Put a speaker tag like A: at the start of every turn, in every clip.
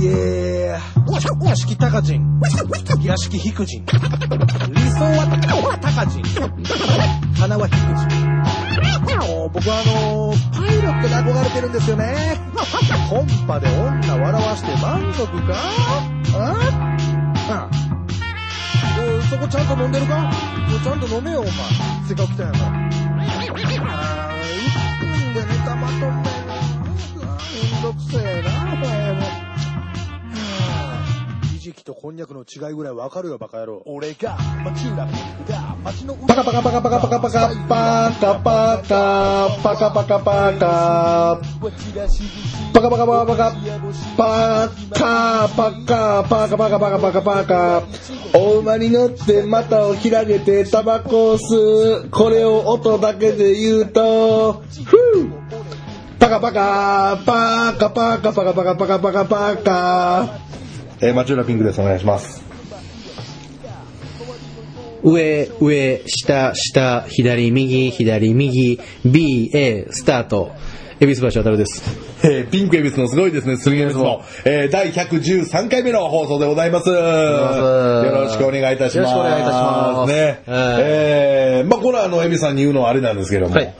A: イエー屋敷高人屋敷低人理想は高人花は低人僕はあのパイロットで憧れてるんですよねコンパで女笑わして満足かああそこちゃんと飲んでるかちゃんと飲めよお前せっかく来たんやからあー1分でネタまとめなめんどくせえなお前もはあひじきとこんにゃくの違いぐらいわかるよバカ野郎
B: 俺が街裏だ街の
C: パカパカパカパカパカパカパカパカパカパカパカパカパカパカパカパカパカパカパカパカパカパカお馬に乗って股を開けてタバコを吸うこれを音だけで言うとふうパカパカパカパカパカパカパカパカパカえー、町浦ピンクですお願いします
D: 上、上、下、下、左、右、左、右、B、A、スタート。恵比寿橋渡です。
C: えー、ピンクエビスのすごいですね、すみエビスの、えー、第113回目の放送でございます。よろしくお願いいたします。
D: よろしくお願いいたします
C: ね。
D: はい
C: えー、まあこれはあの、エビさんに言うのはあれなんですけども、
D: はい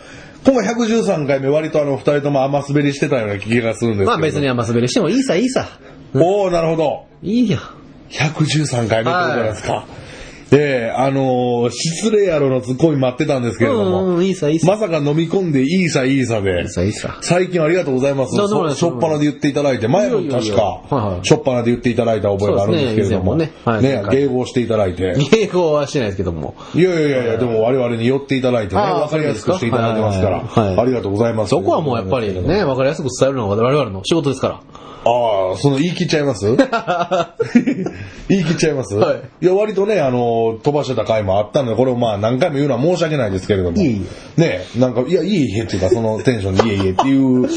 C: 今回113回目、割とあの、二人とも甘滑りしてたような気がするんですけど。
D: まあ別に甘滑りしてもいいさ、いいさ。
C: おー、なるほど。
D: いいや。
C: 113回目ってことなんですか。えー、あのー、失礼やろのツッコミ待ってたんですけ
D: う
C: れども、
D: ん、うん、いいさ、いいさ。
C: まさか飲み込んでいいさいいさで
D: いい、さ、いいさ。
C: 最近ありがとうございます。
D: どうぞどうぞ
C: しょっぱなで言っていただいて、前も
D: いやいやい
C: 確
D: やはい
C: か
D: は、い
C: しょっぱなで言っていただいた覚えがあるんですけれども、
D: そうで
C: ね
D: すね以前もねはい、なんか
C: 迎合していただいて、
D: 芸語はしてないですけども。
C: いやいやいやいや、でも我々に寄っていただいてね、
D: ああ
C: わかりやすくしていただいてますか
D: そうですかはいはい
C: ら、
D: はい
C: ありがとうございます。
D: そこはもうやっぱりね、わかりやすく伝えるのが我々の仕事ですから。
C: ああ、その言い切っちゃいます 言い切っちゃいます、、
D: はい
C: や、割とね、あの、飛ばしてた回もあったので、これをまあ何回も言うのは申し訳ないですけれども。
D: いえい
C: ねなんか、いや、いいえっていうか、そのテンションでいえいえっていう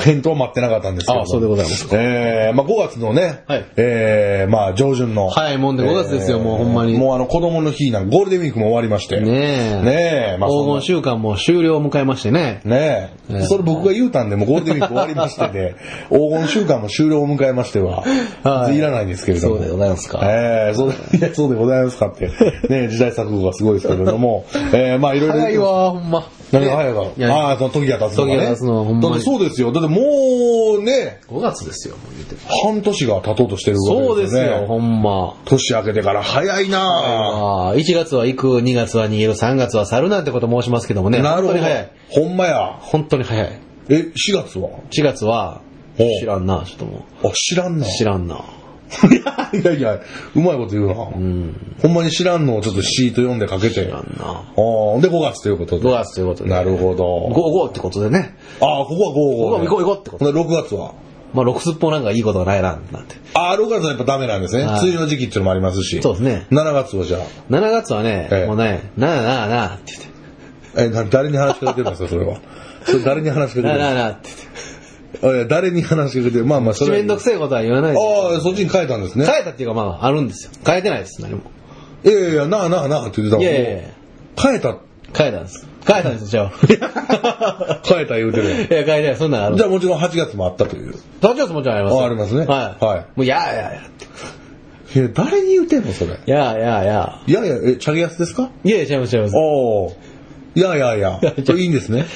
C: 返答を待ってなかったんですけれども。
D: ああそうでございます
C: えー、まあ5月のね、
D: はい
C: えー、まあ上旬の。
D: はいもうね5月ですよもうほんまに
C: もうあの子供の日なんかゴールデンウィークも終わりまして。
D: ねえ。
C: ねえ、まあそん
D: 黄
C: な
D: 金週間も終了を迎えましてね。
C: ねえ、
D: ねえ
C: それ僕が言うたんで、もうゴールデンウィーク終わりまして で、黄金週間も終了を迎えましては、
D: はい
C: い、らないんですけれども。
D: そうでございますか
C: ええそうで、い や、そうでございますかって、ねえ、時代錯誤がすごいですけれども、ええまあいろいろ。
D: 早い。わ、ほんま。
C: 何が早いわ
D: い。や
C: ああ、その時が経つのがね。
D: 時が経つのはほんまに
C: だってそうですよ。だってもうね、
D: 5月ですよ、もう言っても
C: 半年が経とうとしてる
D: そ
C: わ
D: うで
C: けですすよね。
D: よ、ほんま。
C: 年明けてから早いなあ
D: ああ、1月は行く、2月は逃げる、3月は去るなんてこと申しますけどもね。
C: なる
D: 本当
C: ほど
D: に早い。。
C: ほんまや。
D: 本当に早い。
C: え、4月は
D: 4月は、
C: おう
D: 知らんな、ちょっとも
C: あ、知らんな。
D: う。知らんな。
C: いや いやいや、うまいこと言うな。ほんまに知らんのをちょっとシート読んでかけて。
D: 知ら
C: あ
D: んな。
C: あ、で5月ということで。
D: 5月ということで。
C: なるほ
D: 5、
C: ど。
D: 5ってことでね。
C: ああ、ここは
D: ここ
C: 5、5。
D: は行こう行こうってこと
C: ほんで6月は
D: まあ、6すっぽなんかいいことがないな、なんて。
C: ああ、6月はやっぱダメなんですね。
D: はい
C: 梅雨の時期っていうのもありますし。
D: そうですね
C: 7月はじゃあ、
D: 7月はね、
C: ええ
D: もうね、なあなあなあって言って。
C: え、な誰に話しかけてるんですか、それ は。それ誰に話しかけて
D: なあ
C: る
D: なあ
C: ん
D: なあって言って。
C: ですかあいや誰に話しかけてるまあまあ、それは
D: めんどくせえことは言わないです。
C: ああ、そっちに変えたんですね。
D: 変えたっていうかまあ、あるんですよ。変えてないです、何も。
C: いやいやいや、なあなあなあって言ってたもん。
D: いやいやいや
C: 変えた、
D: 変えたんです。変えたんですよ、じゃあ。
C: 変えた言うてるやん
D: いや、変えてない、そんなん ある
C: じ。ゃあもちろん8月もあったという。
D: ダチョウもちろんありますよ。
C: あありますね
D: はい。
C: はい
D: もう、やーやーやーって。
C: いや、誰に言うてんの、それ。
D: やーやーや
C: いやいや、え、チャゲヤスですか
D: ー。いやいや、違います、違います。
C: おお。いやいやいや、これいいんですね。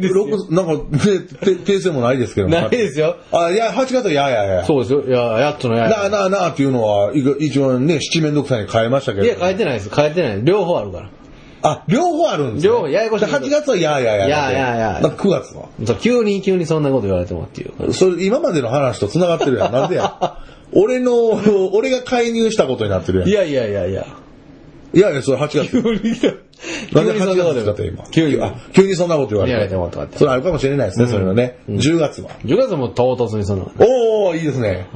C: 六なんか、ね、て訂正もないですけども
D: ないですよ。
C: あ、いや、8月はいやいやいや。
D: そうですよ。いやーやっとのやーや
C: なあ
D: ー。
C: なあなあっていうのは、いく一応ね、七面倒くさいに変えましたけど。
D: いや、変えてないです。変えてない。両方あるから。
C: あ、両方あるんですね
D: 両方ややこしい
C: で8月はいやいやいや。
D: いやいやいや
C: なんか9月は。
D: そう急に急にそんなこと言われてもっていう。
C: それ、今までの話と繋がってるやん。なん でや。俺の、俺が介入したことになってるやん。
D: い
C: い
D: やいやいやいや。
C: やいや、それ8月。
D: 急に来た。
C: なんで
D: 急にそ
C: 8
D: んなこと
C: 月
D: 言
C: だ
D: わ
C: って
D: れ
C: 今
D: も。急に。
C: あ、急にそんなこと言われ
D: 言われ
C: て。
D: てもとかって
C: それあるかもしれないですね、それはね。10月は。
D: 10月はもう唐突にそんな。
C: おー、いいですね。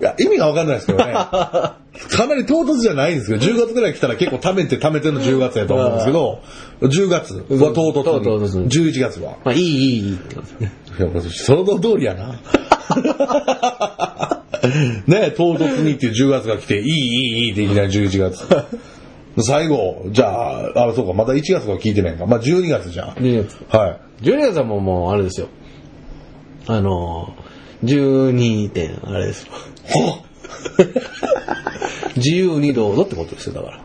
C: いや、意味がわかんないですけどね。 かなり唐突じゃないんですけど、10月ぐらい来たら結構貯めて貯めての10月やと思うんですけど、10月は唐
D: 唐突
C: 突に。
D: に
C: 11月は。
D: まあ、いいいいいいって ことね。
C: いや、想像通りやな。 ね唐突にっていう10月が来て、いいいいいいっていきなり11月。最後、じゃあ、あ、そうか、また1月が聞いてないんか。まあ12月じゃん。
D: 12月。
C: はい。
D: 12月はもう、もう、あれですよ。あのー、 12点、あれですよ。 自由にどうぞってことですよ、だから。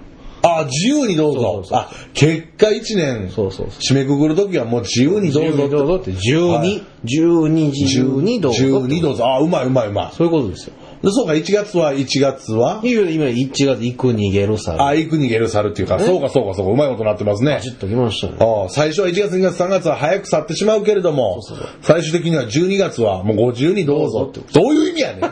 C: あ、自由にどうぞ。あ、結果一年、
D: そうそうそ
C: 締めくくるときはもう自由にどうぞ。
D: 12どうぞって、
C: はい
D: 12、12、12どうぞって。
C: 12どうぞ。あ、うまいうまいうま
D: そういうことですよ。
C: い。でそうか、1月は、1月は、
D: いよいよ今1月行く逃げるさ。
C: あ、行く逃げる猿っていうか、そうかそうかそうか、うまいことなってますね
D: ち。ょっと来ましたね。
C: ああ最初は1月、2月、3月は早く去ってしまうけれども、最終的には12月はもう50にどうぞって。どういう意味や ねん。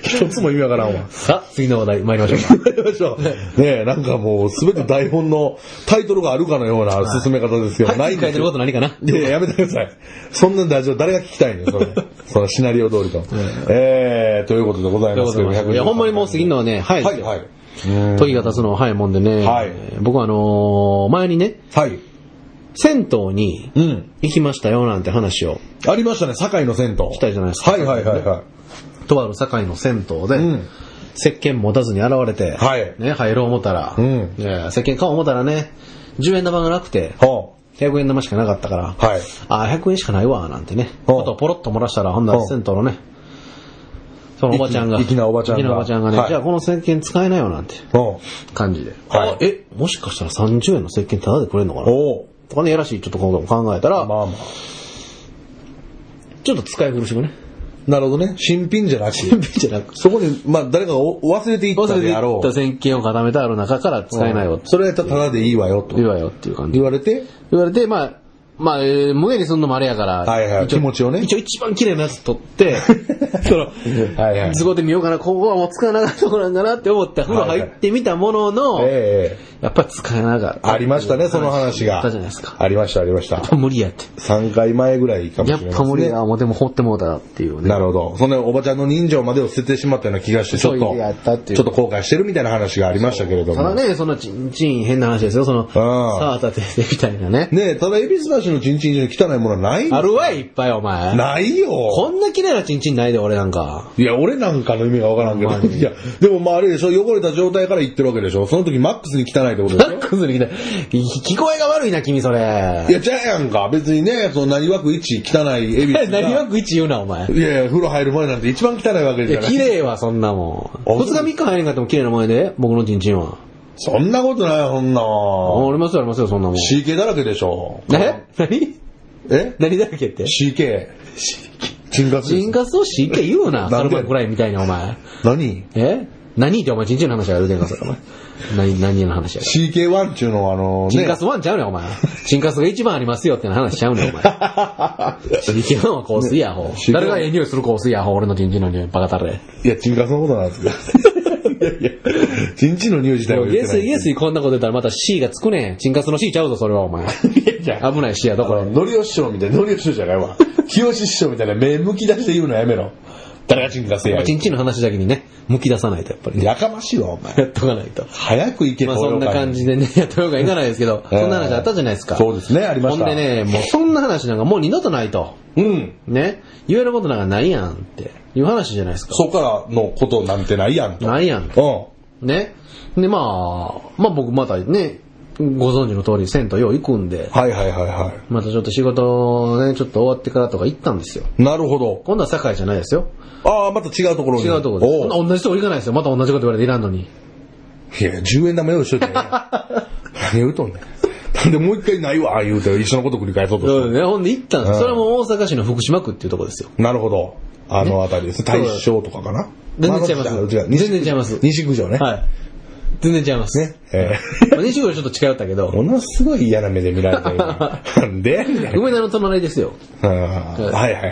C: 一つも意味わからんわ。
D: さあ、次の話題参り ましょうか。
C: やりましょう。 ねえ、なんかもうすべて台本のタイトルがあるかのような進め方ですよ。
D: はい、
C: ない
D: 次
C: ん
D: 書
C: で
D: いて
C: す
D: るこ
C: よ
D: と。何かない
C: やいや、やめてください。そんなラジオ誰が聞きたいねん、それ。そのシナリオ通りと。ええということでござい
D: という
C: ま
D: こ
C: す
D: と
C: け
D: で
C: ど、
D: いや、ほんまにもう過ぎるのはね、早いで
C: は
D: す
C: い、
D: よ。
C: はい。うん
D: 時が経つのは早いもんでね。
C: はい
D: 僕はあのー前にね、
C: はい。
D: 銭湯に
C: うん。
D: 行きましたよなんて話を、
C: ありましたね、堺の銭湯。来
D: たじゃないですか
C: はいはいはいはい。
D: とある堺の銭湯で、
C: ん
D: 石鹸持たずに現れて、
C: はい
D: ね、入ろう思ったら、
C: うん
D: いや石鹸買おう思ったらね、10円玉がなくて、
C: ほ
D: 100円玉しかなかったから、
C: う。はい。
D: あー、100円しかないわ、なんてね。あ
C: ほう
D: とポロッと漏らしたら、ほんな
C: ほ
D: ら
C: う
D: 銭湯のね、そのおばちゃんが、
C: 粋な粋なおばちゃんが
D: 粋なおばちゃんがね、
C: はい
D: じゃあこの石鹸使えないよ、なんて
C: ほ
D: 感じで。
C: はい
D: あえ、もしかしたら30円の石鹸タダでくれるのか
C: う。
D: な
C: ほう。
D: とかね、やらしいちょっと今度も考えたら、
C: まあま
D: ちょっと使い古しもね。
C: あ。なるほどね。新 品じゃなくて。
D: じゃなく、
C: そこに、まあ、誰かがお忘れていった
D: 忘れ
C: で
D: て
C: あろ
D: った
C: う。
D: 石鹸を固めてある中から使えないよ、
C: それやったらただでいいわよと
D: いい。わよっていう感じ
C: 言。われて、
D: 言われて、まあ、まあ、えー胸にすんのもあれやから、
C: はいはい
D: 一応
C: 気持ちをね
D: 一応一番綺麗なやつ取 って、その、
C: はいはい
D: 都合で見ようかな、ここはもう使わなかったとこなんかなって思った風呂入ってみたものの、
C: ええ
D: やっぱり使えなかった。
C: ありましたね、その話が。
D: あったじゃないですか。やっ
C: ありました、ありました。
D: ぱ無理やって。
C: 3回前ぐらいかもし
D: や
C: れ
D: っ
C: ない、
D: ぱ無理や、。もうでも放ってもうたっていうね。
C: なるほど。そのおばちゃんの人情までを捨ててしまったような気がして、ちょっ
D: そう
C: と、
D: やったっていう
C: ちょっと後悔してるみたいな話がありましたけれど
D: ただ
C: も。
D: ね、そのちんちん変な話ですよ、その、さあ立ててみたいなね。
C: ねえ、ただ、恵比寿橋のちんちん以上に汚いものはない
D: あるわい、いっぱいお前。
C: ない
D: こ
C: よ。
D: んな綺麗なちんちんないで、俺なんか。
C: いや、俺なんかの意味がわからんけ
D: ほんま
C: ど。
D: に
C: いや、でもまああれでしょ、汚れた状態から言ってるわけでしょ。その時マックスに汚いってことでし
D: な
C: ょ
D: ん。か崩れてきた。聞こえが悪いな、君それ。
C: いや、じゃあやんか。別にね、その何枠一汚い恵比寿が。
D: 何枠一言うな、お前。い
C: いやいや、風呂入る前なんて一番汚いわけじゃ
D: や、
C: ない。
D: 綺麗はそんなもん。
C: あ
D: 2日3日入れんかっても綺麗なもんやで、僕のチンチンは。
C: そんなことないよ、そんな。
D: ありますよ、ありますよ、そんなもん。
C: CK だらけでしょ。
D: え何
C: え
D: 何だっけって。
C: ?CK。チンカスです
D: 人活をしっかり言うな、
C: な
D: サ
C: んで
D: ルバくらいみたいな、お前。
C: 何
D: え何ってお前、チンチンの話やるでんか、それ、お前。何、何の話や
C: ?CK1 っていうのはあの、
D: チン
C: ね
D: カ。スワンちゃうねん、お前。チンカスが一番ありますよって話しちゃうねん、お 前。チンキワンは香水や、ほう。
C: シーケン
D: 誰がええ匂いする香水や、ほう。俺のチンチンの匂い、バカたれ。
C: いや、チンカスのことなんですけど。いやいや、チンチンの匂い自
D: で
C: 体は
D: も、
C: 言
D: ゲ
C: ってな
D: ス
C: い。
D: イゲスイこんなこと言ったらまた C がつくねん。チンカスの C ちゃうぞ、それは、 お前。危ない C や、どこ
C: これ、
D: れ。
C: ノリオ師匠みたいな、ノリオ師匠じゃないわ。清志師匠みたいな目むき出して言うのやめろ。誰がチンカスや。
D: チンチンの話だけにね、むき出さないと、やっぱりね。
C: やかましいわ、お前。
D: やっとかないと。
C: 早く行け、
D: まあ、そんな感じでね、 やっとよかいかないですけど、そんな話あったじゃないですか。
C: そうですねありました
D: ほんでね、もうそんな話なんかもう二度とないと。
C: 東洋館に。うん。
D: ね。言えることなんかないやんっていう話じゃないですか。
C: そっからのことなんてないやんと。
D: ないやんと。
C: う
D: ね。で、まあ、まあ僕またね、ご存知の通り、銭湯よう行くんで
C: ん。、はいはいはいは
D: またちょっと仕事ね、ちょっと終わってからとか行ったんですよ。
C: い。なるほど。
D: 今度は堺じゃないですよ。
C: ああ、また違うところに。
D: 違うところ
C: お
D: で。同じとこ行かないですよ。また同じこと言われていらんのに。
C: ういや、10円玉用意しといて。何言うとんねん。なんでもう一回ないわ、言うて、一緒のこと繰り返そうと
D: そう
C: し
D: ね。ほんで行ったんです。
C: うん
D: それも大阪市の福島区っていうとこですよ。
C: て。なるほど。あのあたりです。大正とかかな。
D: 全然違います
C: あ違う違う。
D: 全然違います
C: 西九条ね。
D: はい。全然違います。ね。
C: え
D: 西郷ちょっと近寄ったけ
C: ーも
D: ど、
C: のすごい嫌な目で見られてるな。なんで やねん
D: 梅田の隣ですよ。
C: あーはいはいはいはい。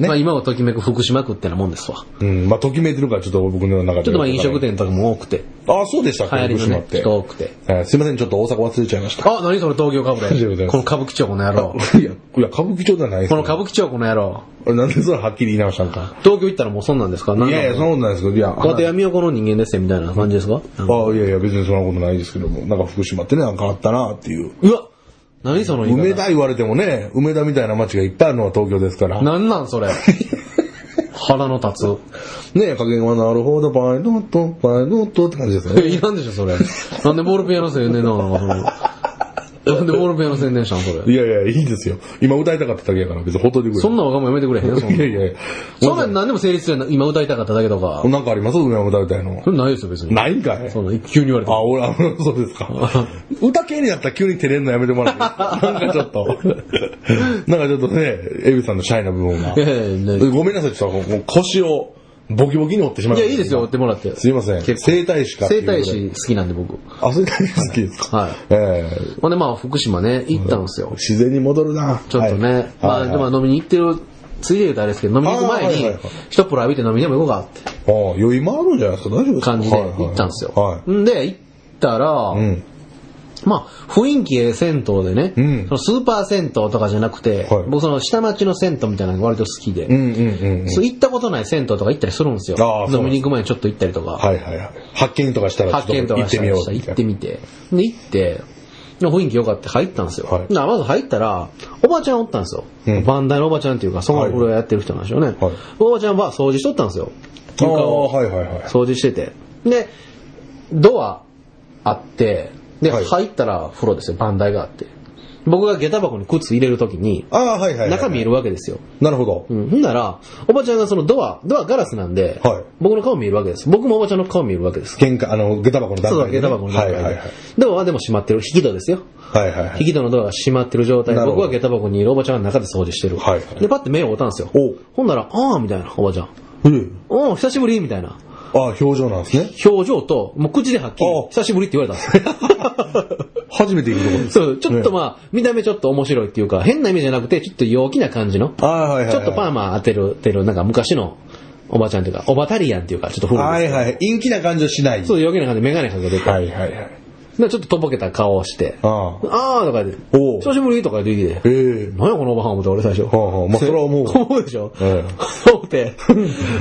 D: まあ
C: ね。
D: 今をときめく福島区ってなもんですわ。
C: うん、まあ、ときめいてるからちょっと僕の中で。
D: ちょっとまあ飲食。店とかも多くて、
C: ああ、そうでした
D: 流
C: か、
D: 行りの
C: 福島
D: ね
C: っ、て
D: 人多くて。
C: えーすいません、ちょっと大阪忘れちゃいました。
D: あ、何それ東京かぶ
C: 大丈夫で
D: れ。
C: す
D: この歌舞伎町この野郎。
C: いや、いや、歌舞伎町じゃないです
D: こ
C: よ
D: の歌舞伎町この野郎。
C: なんでそれはっきり言い直したんか。
D: 東京行ったらもうそんなんですか
C: いやいや、そんなことないですけど、いや、
D: だって闇横の人間ですよみたいな感じですか
C: ああ、いやいや、別にそんなことないですけども、なんか福島ってね、なんかあったなっていう。
D: うわ何その言い
C: 梅
D: 方。
C: 田言われてもね、梅田みたいな街がいっぱいあるのは東京ですから。ね
D: なんなんそ れ。腹の立
C: え、加減はなるほど、パイロット、パイロットって感じです よ
D: つ。
C: ね。
D: いらんでしょ、それ。なんでボールペンやらせんねんな、なんかその。なんでボールペンの宣伝したのそ
C: い
D: れ。
C: やいや、いいですよ。今歌いたかっただけやから、別にほっといてくれ。
D: そんなわがままやめてくれへんよ、そん
C: いや
D: ない
C: やいや。
D: そんなん何でも成立するやん。今歌いたかっただけとか。
C: なんかあります梅山歌いたいの
D: そ。れないですよ、別に。
C: ないんかい。
D: そんな、急に言われて
C: あ、
D: も。
C: 俺、あそうです か。歌系になったら急に照れんのやめてもらっていい。なんかちょっ と、なんかちょっとね、エビさんのシャイな部分が
D: い。やいやいやない
C: ごめんなさい、ちょっともう腰をボキボキに折ってしまい
D: い
C: ま
D: や、
C: した
D: いいですよ、追ってもらって。
C: すいません。
D: 結構
C: 整体師かって
D: 整
C: いうことで。
D: 体師好きなんで、僕。
C: あ、整体師好きですか。
D: はい。
C: ええ
D: ほんで、まあ、福島ね、行ったんですよ。
C: 自然に戻るな。
D: ちょっと
C: はい
D: ね。ま
C: は
D: あ、
C: い
D: でも飲みに行ってる、ついで言うとあれですけど、飲みに行く前
C: あーはいはい
D: に
C: はい、
D: 一っぽら浴びて飲みでも行こうかって。
C: ああ、余裕もあるんじゃないですか。大丈夫ですか
D: 感じで行ったんですよ。
C: は
D: んで、行ったら、
C: いはい。うん。
D: まあ、雰囲気ええ銭湯でね、
C: うん
D: そのスーパー銭湯とかじゃなくて、
C: はい
D: 僕その下町の銭湯みたいなのが割と好きで、
C: うんうんうんうん。
D: そう行ったことない銭湯とか行ったりするんです
C: あ
D: よ
C: あ。そう
D: 飲みに行く前にちょっと行ったりとか、
C: はいはいはい。発見とかしたら、
D: 発見とか
C: 行ってみよう。
D: 行ってみて。で、行って、雰囲気良かった入ったんですよ。
C: はい
D: なまず入ったら、おばちゃんおったんですよ。
C: うん
D: バンダイのおばちゃんっていうか、そのお風呂やってる人なんでしょうね。
C: はい
D: おばちゃんは掃除しとったんですよ。
C: あ
D: 床
C: あ、
D: を
C: はいはいはい。
D: 掃除してて。で、ドアあって、で、
C: はい
D: 入ったら風呂ですよ、番台があって。僕が下駄箱に靴入れるときに、
C: ああ、はいはいはい。
D: 中見えるわけですよ。
C: なるほど。
D: うん。ほんなら、おばちゃんがそのドア、ドアガラスなんで、
C: はい
D: 僕の顔見えるわけです。僕もおばちゃんの顔見えるわけです。
C: 玄関、あの、下駄箱の段
D: そうだ、
C: 階
D: 下
C: でね。
D: 駄箱の中
C: はい
D: で。
C: はいはい。
D: ドアはでも閉まってる。引き戸ですよ。
C: はいはいはい。
D: 引き戸のドアが閉まってる状態で、
C: なるほ
D: 僕
C: ど
D: は下駄箱にいるおばちゃんが中で掃除してる。
C: はいはい
D: で、パッて目を追ったんですよ
C: おう。
D: ほんなら、あーみたいな、おばちゃん。
C: うん。
D: おー久しぶりみたいな。
C: ああ、表情なんですね。
D: 表情と、もう口ではっきり
C: おう、
D: 久しぶりって言われたんですよ。
C: 初めて行くとこ ろです。
D: そう、ちょっとまあ、見た目ちょっと面白いっていうか、変な意味じゃなくて、ちょっと陽気な感じの、ち
C: ああ、はいはいはい。
D: ょっとパーマ当てる、てる、なんか昔のおばちゃんというか、おばタリアンっていうか、ちょっと古い
C: は
D: です。
C: いはい。陰気な感じをしない。
D: そう、陽気な感じでメガネかけてて、
C: はいはいはい。
D: でちょっととぼけた顔をして、あ
C: ああ。
D: ーとか言って、
C: おう
D: 久しぶりとか言ってきて、
C: ええ。
D: 何やこのおばはん思って俺最初。
C: はあはあまあそれは思う
D: 思うでしょ
C: ええ
D: 思って、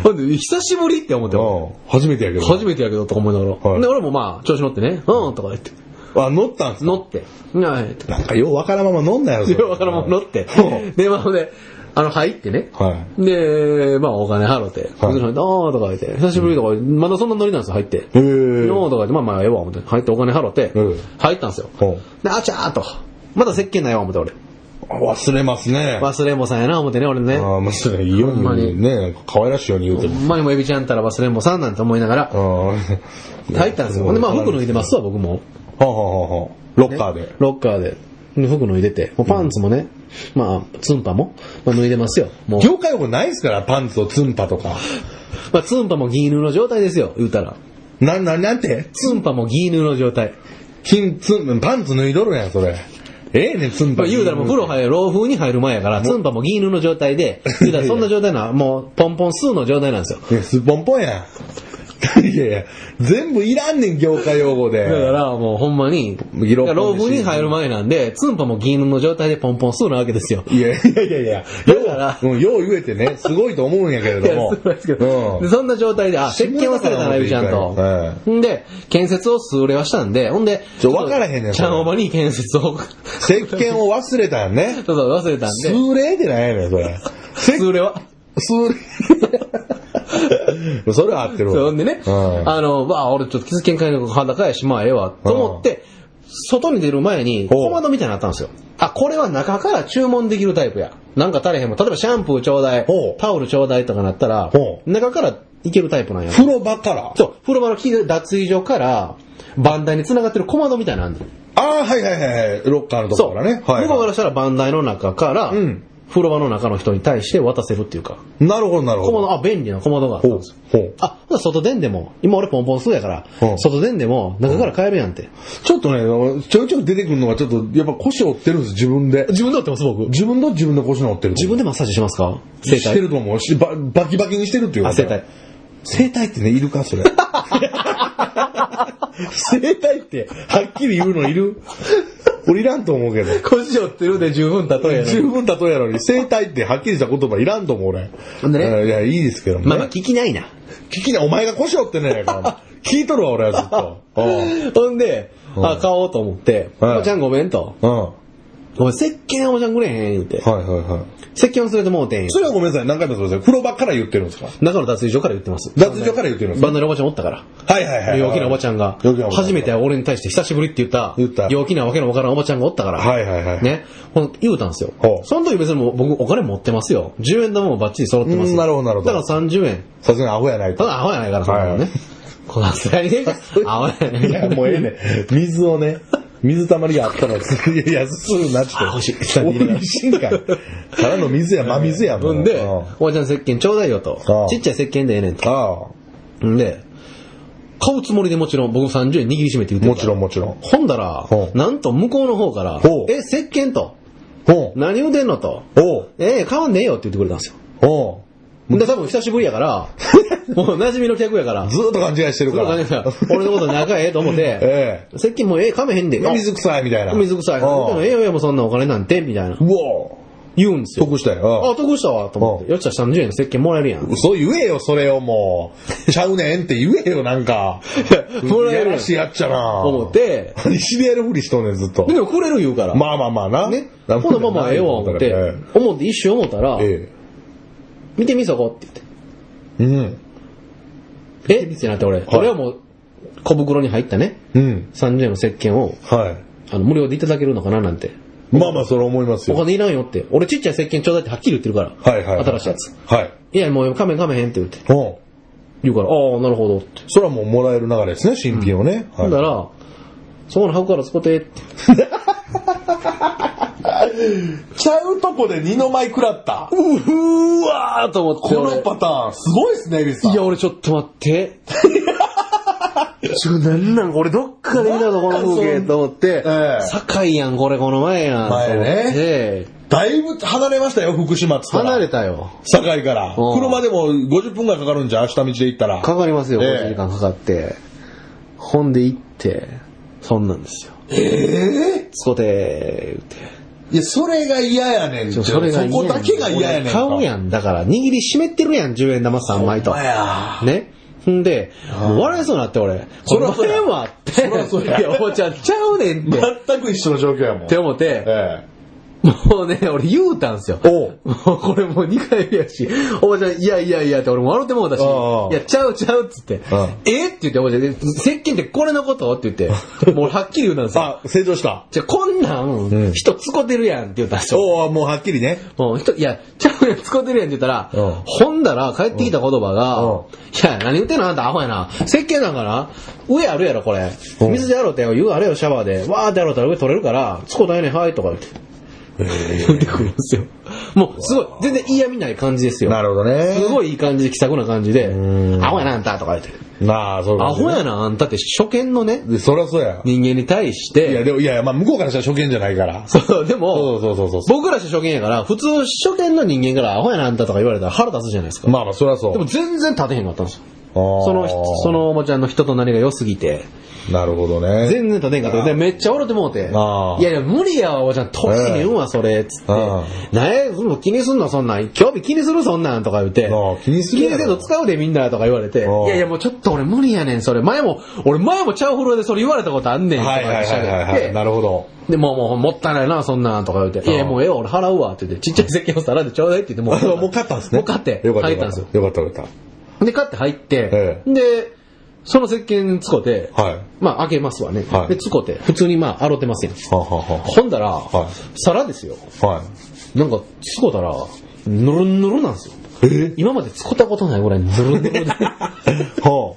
D: ほんで、久しぶりって思って、
C: うん。初めてやけど。
D: 初めてやけどとか思いなが
C: は
D: ら。
C: い
D: で、俺もまあ、調子乗ってね、うんとか言って、
C: あ、乗ったんすか
D: 乗って、はい、とか
C: なんかようわからんまま乗んなよ、それ
D: ようわからんもん乗って
C: うん。
D: で、まあ、ほんで、あの、入ってね。
C: は
D: で、まあ、お金払って。
C: はい
D: で入ってあーとか言って、久しぶりとか、まだそんなノリなんですよ、入って。
C: い。へえ。
D: よーとか言って、まあまあ、ええわ、思って。入ってお金払って
C: うん、
D: 入ったんですよ。
C: うん
D: で、あちゃーっと。まだ石鹸ないわ、思って、俺。
C: 忘れますね。
D: 忘れんぼさんやな、思ってね、俺ね。
C: ああ、まあ、それ、いいように言うねね、なんか可愛らしいように言うて
D: ほ
C: も。
D: んまにもうエビちゃんたら忘れんぼさんなんて思いながら、
C: ああ。。
D: 入ったんですよ。ほんで、まあ、服脱いでますすわ、僕も。
C: はあ、はあはあはあ、ロッカーで。
D: ロッカーで。で服脱いでて。もうパンツもね、まあ、ツンパも、まあ、脱いでますよ。もう。
C: 業界用語ないですから、パンツとツンパとか。
D: まあ、ツンパもギーヌの状態ですよ、言うたら。
C: な、な、なんて
D: ツンパもギーヌの状態。
C: 金、ツン、パンツ脱いどるやん、それ。ええねん、ツン
D: ま
C: パ。
D: あ、言うたらもう風呂入る、老風に入る前やから、ツンパもギーヌの状態で、言うたらそんな状態 な、もうポンポンスーの状態なんですよ。
C: いや、すっぽんぽんやん。いやいや、全部いらんねん、業界用語で。
D: だからもうほんまに、
C: ギロッポン
D: 老風に入る前なんで、ツンパもギーヌの状態でポンポンスーなわけですよ。
C: いやいやいやいや、
D: だから
C: よう、うんよう言えてね、すごいと思うんやけれ
D: いや
C: ども。
D: そうなんですけど
C: う
D: で
C: ん
D: そんな状態で、あ、石鹸忘れたな、エビちゃん
C: え
D: と。んで、建設を数例はしたんで、ほんで、
C: ちょ分からへんねん
D: ちゃんおばに建設を、
C: 石鹸を忘れたんね。
D: そうそう忘れたん
C: 数例ってないやねん、それ。
D: で、数例は。
C: 数例。それは合ってるわ。
D: そう、ほんでね、
C: うん
D: あの、まあ、俺ちょっと気づけんかいの裸やし、まあ、ええわ、と思って、外に出る前に、
C: ほう
D: 小窓みたいなのあったんですよ。あ、これは中から注文できるタイプや。なんか足りへんもん。例えばシャンプーちょうだい
C: ほう、
D: タオルちょうだいとかなったら
C: ほ、
D: 中からいけるタイプなんや。
C: 風呂場から。
D: そう、風呂場の木脱衣所から、バンダイに繋がってる小窓みたいなのあんねん
C: ああ、はいはいはいはい。ロッカーのと
D: そ
C: こ
D: う。
C: からね。はい
D: 向こうか
C: は
D: らしたらバンダイの中から、
C: うん
D: 風呂場の中の人に対して渡せるっていうか、
C: い。なるほど、なるほ
D: 小
C: ど。
D: 窓、あ、便利な小窓があった
C: ほ
D: ん
C: う
D: ですよ。。
C: ほう。
D: あ、ほな外出んでも、今俺ポンポン数やから
C: う、ん
D: 外出んでも中から帰るやんって。
C: ちょっとね、ちょいちょい出てくるのがちょっと、やっぱ腰折ってるんです、自分で。
D: 自分でやってます僕。
C: 自分の自分の腰の折ってる。
D: 自分でマッサージしますか整
C: して
D: 体。
C: ると思うし、ババキバキにしてるっていうか
D: あ、整体。。
C: 整体ってね、いるか、それ。整体って、はっきり言うのいる俺いらんと思うけど。
D: 腰折ってるで十分例え
C: 十分例えやのに、整体ってはっきりした言葉いらんと思う、俺。
D: ほんでね
C: うんいや、いいですけどもね。
D: まあまあ聞きないな。
C: 聞きな、お前が腰折ってねえやから。聞いとるわ、俺はず っと。
D: ほんで、
C: うん
D: あ、買おうと思って、
C: はい
D: おばちゃんごめんと。
C: うん。うん。
D: お前、石鹸おじゃんくれへん、言うて。
C: はいはいはい。
D: 石鹸忘れてもうてんよ
C: そ。れはごめんなさい、何回もそうですよ。風呂場から言ってるんですか
D: 中の脱衣所から言ってます。
C: 脱衣所から言ってるんです
D: バ
C: か
D: ンダのおばちゃんおったから。
C: はいはいはい。
D: 陽気なおばちゃんが
C: 陽気なお、ばちゃん
D: 初めて俺に対して久しぶりって言った
C: 言った、
D: 陽気なわけのわからんおばちゃんがおったから、
C: はいはいはい
D: ね、ほんと言うたんですよ
C: ほ。う
D: その時別にもう僕お金持ってますよ。10円玉もバッチリ揃ってますよ。
C: うんなるほどなるほど
D: だから30円。
C: さすがにアホやない
D: た
C: と。
D: だアホやないから、そんなの
C: は
D: ね
C: い。
D: このさすが にね、アホやない
C: いや、もうええね。水をね、水たまりがあった ら、すいや、すぐなっちゃ
D: あ欲しい
C: 美味しいんかい。ただの水や、真水やも
D: ほ
C: ん。
D: んで
C: うん、
D: おばちゃん石鹸ちょうだいよと
C: ああ。
D: ちっちゃい石鹸でええねんと。
C: ああ、
D: んで、買うつもりでもちろん僕30円握りしめて言って
C: も
D: る
C: ち
D: から
C: ろんもちろん。
D: ほんだら
C: ほ、う
D: なんと向こうの方から
C: ほ、う
D: え、石鹸と。
C: ほう、
D: 何言うてんのと。
C: ほう、
D: ええ買わんねえよって言ってくれたんですよ。
C: ほ
D: で、多分久しぶりや から、もう馴染みの客やから、
C: う。
D: ず
C: ずーっと勘違いしてる
D: っと
C: から。
D: 金が俺のこと仲ええと思って、
C: え
D: 石鹸もうええかめへんで。
C: え。水臭いみたいな。
D: 水臭い。でもええ
C: え。
D: よええよもうそんなお金なんて、みたいな
C: う。お
D: 言うんですよ。
C: 得したよ。
D: あ、得したわ、と思って。よっちゃん30円の石鹸もらえるやん。
C: そう言えよ、それをもう。ちゃうねんって言えよ、な んか。
D: もらえるやん
C: いやらしいやっちゃな。
D: 思っ。 て、
C: 何しでやるふりしとんねん、ずっと
D: で。もくれる言うから。
C: まあまあまあな。
D: ね。
C: な
D: ほ
C: ん
D: んなまあまあええわ、思っ
C: え
D: て。思って一瞬思ったら
C: え、え
D: 見てみそこって言って。
C: え。うん。
D: えってなって俺。俺はもう、小袋に入ったね。
C: うん。
D: 30円の石鹸を、
C: は
D: あの、無料でいただけるのかななんて。
C: い。まあまあ、それは思います
D: お
C: よ。
D: 金いらんよって。俺ちっちゃい石鹸ちょうだいってはっきり言ってるから。
C: はいはいはい
D: 新しいやつ。
C: はい。
D: いや、もうかめんかめへんって言って。
C: うん。
D: 言うから、ああ、なるほどって。
C: それはもうもらえる流れですね、新品をね。
D: ほんだら、そこの箱からそこでって。
C: ちゃうとこで二の舞食らった。
D: うふーわーと思って。俺
C: ターン、すごいですね、エビス
D: いや、俺ちょっと待って。ちょ、なんなん、俺どっかで見たぞ、この風景と思って
C: ええ。
D: 堺やん、これ、この前やん。
C: 前ね
D: と思って
C: だいぶ離れましたよ、福島っつったら。
D: 離れたよ。
C: 堺から。
D: うん
C: 車でも50分ぐらいかかるんじゃん、明日道で行ったら。
D: かかりますよ、
C: ええ
D: 5時間かかって。ほんで行って、そんなんですよ。ええそこで、言って。
C: いや、それが嫌やねん。
D: ちょそれが嫌やねん
C: こだけが嫌やねん。
D: 買うや
C: ん。
D: ん。だから、握りしめてるやん、10円玉3枚と。
C: や
D: ね。んで、もう笑いそうになって俺、
C: そ
D: こ
C: ら
D: の
C: そうや
D: 前はって、
C: そらそう や
D: いや、おばちゃんちゃうねん って、っ
C: 全く一緒の状況やもん。
D: て思って、
C: ええ。
D: もうね、俺言うたんすよ。
C: おう。
D: もう これもう2回目やし、おばちゃん、いやいやいやって俺も笑ってもうたし、い
C: ああ
D: や、ちゃうちゃうっつって
C: ああ、
D: えって言って、おばちゃん、石鹸ってこれのことって言って、もう俺はっきり言うたんですよ。
C: あ、成長した。
D: じゃあこんなん、人つこてるやんって言ったんですよ。
C: おおもうはっきりね。
D: もう人、いや、ちゃうやん、使ってるやんって言ったら、
C: うん
D: ほんだら帰ってきた言葉が、
C: う
D: い
C: ん
D: や、何言ってんのあんたアホやな。石鹸なんかな上あるやろ、これ。
C: うん
D: 水でやろうてよ、湯あれよ、シャワーで。わーってやろうたら上取れるから、使うたらええねん、はい、とか言って。言ってくるん ですよ。もう、すごい、全然嫌味ない感じですよ。
C: なるほどね。
D: すごいいい感じで、気さくな感じで、
C: うん
D: アホやな、あんた、とか言って。
C: なあ、そう
D: アホや
C: な。
D: な、あんたって初見のね、
C: でそりゃそうや。
D: 人間に対し
C: いや、
D: て、
C: でも、いやいや、まあ、向こうからしたら初見じゃないから。
D: そう、でも、
C: そうそうそうそうそ
D: 僕らして初見やから、普通初見の人間からアホやなあんたとか言われたら腹立つじゃないです
C: う。
D: か。
C: まあまあ、そりゃそう。
D: でも全然立てへんかったんですよ。
C: そ
D: その、そ、のおばちゃんの人となりが良すぎて、
C: なるほどね。
D: 全然立てへんかった。で、めっちゃ笑ってもうて、い
C: あー
D: やいや、無理やわ、おばちゃん、年に言うんわ、それ、つって。
C: あ
D: なんや、そんな気にすんの、そんなん。興味気にする、そんなん、とか言って。
C: なあ気にする
D: 気
C: や
D: に
C: ろ
D: せんと使うで、みんな、とか言われて。い
C: あー
D: やいや、もうちょっと俺無理やねん、それ。前も、俺前もちゃうフロでそれ言われたことあんねん、とか
C: はいはいはいはいは
D: 言って
C: い。なるほど。
D: で、もうもうもったいないな、そんなんとか言って、いや、もうええわ、俺払うわ、って言って、ちっちゃい石鹸を皿でちょうだいって言って、もう、
C: もう勝ったんですね。
D: もう勝って、
C: よかった。
D: 入ったんですよ。
C: よかったよかっ
D: で、買って入って
C: え、え
D: で、その石鹸つこて、
C: た。はい。は
D: まあ、開けますわね
C: は。い
D: で、つこて、普通にまあ、洗ってますやん。
C: あはあは
D: ほんだら
C: は、
D: 皿ですよ。
C: あはい。
D: なんか、つこたら、ぬるんぬるなんですよ。今までつこったことないぐらいぬるんぬ るで、
C: は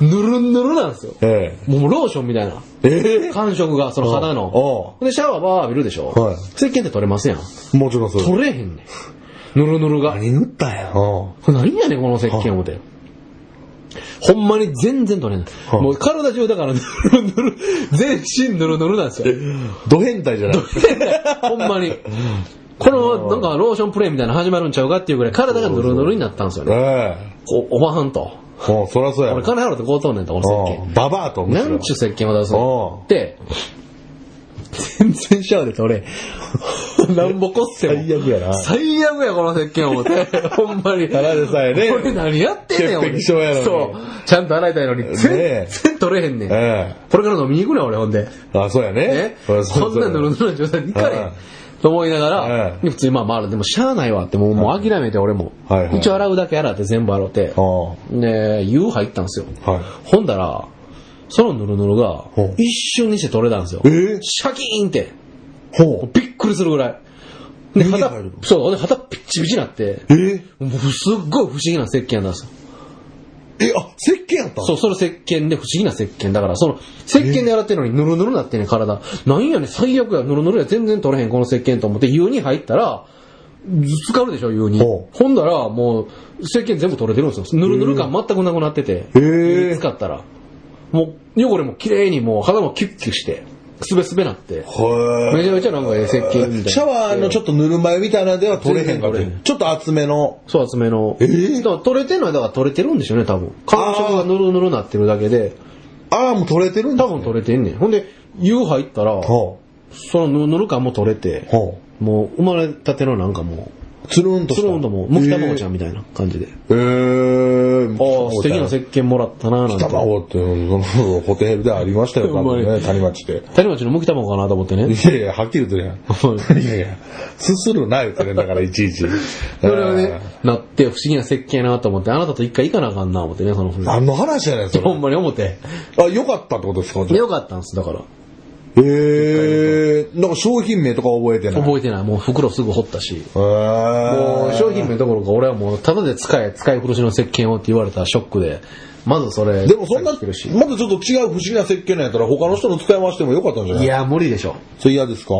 D: ぬるんぬるなんですよ
C: あ。。え
D: もうローションみたいな。
C: え。ええ。
D: 感触が、その肌の
C: お。
D: で、シャワーバー浴びるでしょ。
C: はい
D: 石鹸って取れますやん。
C: もちろんそうです。
D: 取れへんねん。ぬるぬるが。
C: 何塗ったんや。は
D: 何やねん、この石鹸思て。ほんまに全然取れない。
C: はあ
D: もう体中だからぬるぬる、全身ぬるぬるなんですよ。
C: あド変態じゃない。
D: ほんまに。この、なんかローションプレイみたいなの始まるんちゃうかっていうぐらい体がぬるぬるになったんですよ
C: え
D: ね。お、おばはんと。
C: え。もうそりゃそうや。
D: 俺金払って強盗ねんと、この石
C: うんババアと
D: 鹸。
C: むし
D: な
C: ろ
D: んちゅう石鹸を出すの
C: おう
D: って、全然シャワーで取れん。 なんぼこっせも
C: 最悪やな
D: 最悪や、この石鹸思って。 ほんまに。
C: ただでさえね
D: これ何やってんねん、俺
C: 潔癖症やのに
D: そう。ちゃんと洗いたいのに、全
C: ね
D: 然取れへんねん。
C: え
D: これから飲みに行くねん、俺、ほんで。
C: え。あ、そうやね
D: ね。。こんなぬるぬるの状態で行かれへ
C: は
D: ん
C: い。
D: と思いながら、
C: はい
D: 普通にまあまあ、でもしゃあないわって、もうもう諦めて俺も
C: はいは。い
D: 一応洗うだけ洗って全部洗って。
C: あ
D: で、湯入ったんですよ。
C: あ。はい。
D: ほんだら、そのヌルヌルが
C: ほう、
D: 一瞬にして取れたんですよ。
C: ええ
D: シャキーンって。
C: ほ
D: びっくりするぐらい。で、
C: 湯気
D: 肌
C: 入る、
D: そう、で、肌ピッチピチになって、
C: う。え
D: もうすっごい不思議な石鹸なんですよ。
C: え、あ、石鹸やったの
D: そう、その石鹸で不思議な石鹸だから、その、石鹸で洗ってるのにヌルヌルなってんねん体。なんやねん、最悪や、ヌルヌルや、全然取れへん、この石鹸と思って、湯に入ったら、浸かるでしょ、湯に。
C: ほ
D: ほんだら、もう、石鹸全部取れてるんですよ。ヌルヌル感全くなくなってて、
C: へー
D: 湯に浸かったら。もう、汚れも綺麗に、もう、肌もキュッキュして、すべすべなって。
C: へ
D: めちゃめちゃなんかええ石鹸みたいな。
C: え。シャワーのちょっとぬるま湯みたいなのでは取れへんか
D: 全然
C: った
D: 取れへん
C: ちょっと厚めの。
D: そう、厚めの。
C: えー
D: だから取れてるのは、だから取れてるんでしょうね、多分。感触がぬるぬるなってるだけで、
C: ああ、もう取れてるんだ。
D: 多分取れてんねん。ほんで、湯入ったら、
C: ほ
D: そのぬるぬる感も取れて
C: う。、ほ
D: もう生まれたてのなんかも
C: う。つるん
D: う、
C: とし
D: つ
C: た。
D: るんともう、むき卵ちゃ
C: ん。
D: んみたいな感じで。
C: へえ。
D: ああ、素敵な石鹸もらったなぁなんて。
C: 卵って、そのホテルでありましたよ、多分
D: ほんま
C: ね、
D: に
C: 谷町で。
D: 谷町のむき卵かなと思ってね。
C: いやいや、はっきり言うてるやん。
D: ほんまに
C: いやいや、すするな言ってるんだから、いちいち。
D: それはね、なって不思議な設計やなと思って、あなたと一回行かなあかんな思ってね、その船。
C: 何の話やねん、そ
D: ほ
C: れ。
D: んまに思って。
C: あ、よかったってことですか
D: で、よかったんです、だから。
C: へえ、なんか商品名とか覚えてない。
D: 覚えてない。もう袋すぐ掘ったし。
C: へー
D: もう商品名どころか俺はもう、ただで使え、使い古しの石鹸をって言われたらショックで、まずそれ、
C: でもそんな、
D: 使
C: ま
D: って
C: だ
D: る
C: ち
D: し
C: ょっと違う不思議な設計なんやったら他の人の使い回してもよかったんじゃない
D: いや、無理でしょ。
C: それ嫌ですか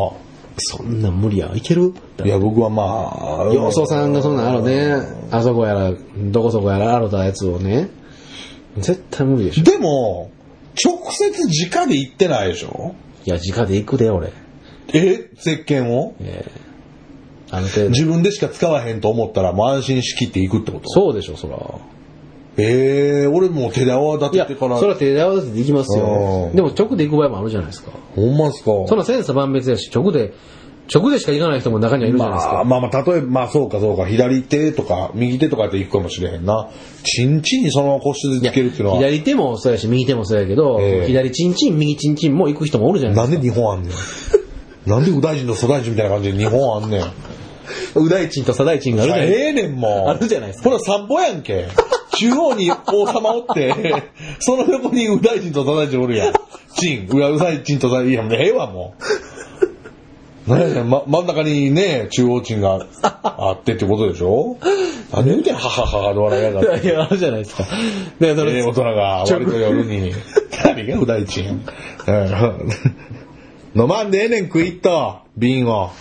D: そんなん無理や。いける
C: いや、僕はまあ、
D: 要素さんがそんなんあるね、あそこやら、どこそこやら、あるたやつをね、絶対無理でしょ。
C: でも、直接直で行ってないでしょ
D: いや、直で行くで、俺。
C: え石鹸を
D: あの程度。
C: 自分でしか使わへんと思ったらもう安心しきっていくってこと
D: そうでしょ、そら。
C: ええ俺もう手で泡立
D: いや、
C: て
D: そ
C: てから。
D: ら手で合わせてできますよ
C: う。ん
D: でも直で行く場合もあるじゃないですか。
C: ほんまっすか
D: そんな千差万別やし、直で、直でしか行かない人も中にはいるじゃないです
C: まあ
D: か。
C: まあまあ、例えば、まあそうかそうか、左手とか右手とかやって行くかもしれへんな。チンチンにそのまま個室
D: い
C: で
D: や
C: つけるっていうのは、
D: 左手もそうやし、右手もそうやけど、
C: ええ
D: 左チンチン、右チンチンも行く人もおるじゃないです
C: な
D: か
C: んで日本あんねん。 なんで右大臣と左大臣みたいな感じで日本あんねん。
D: 右大賃と左大賃があるじゃない
C: ええねんもう。
D: あるじゃないです
C: ほら散歩やんけ。 中央に王様おって、その横に右大臣と左大臣おるやん。チン、右大臣と左大臣、いやもうええわもう。なんやねん、ま、真ん中にね、中央賃があってってことでしょ何言うてん、ははははで笑いやがって。
D: いや、あるじゃないですか。で、そ
C: ええ
D: れ
C: 大人が割と夜に。誰が右大臣うん飲まんでええねん、クイッと。瓶を。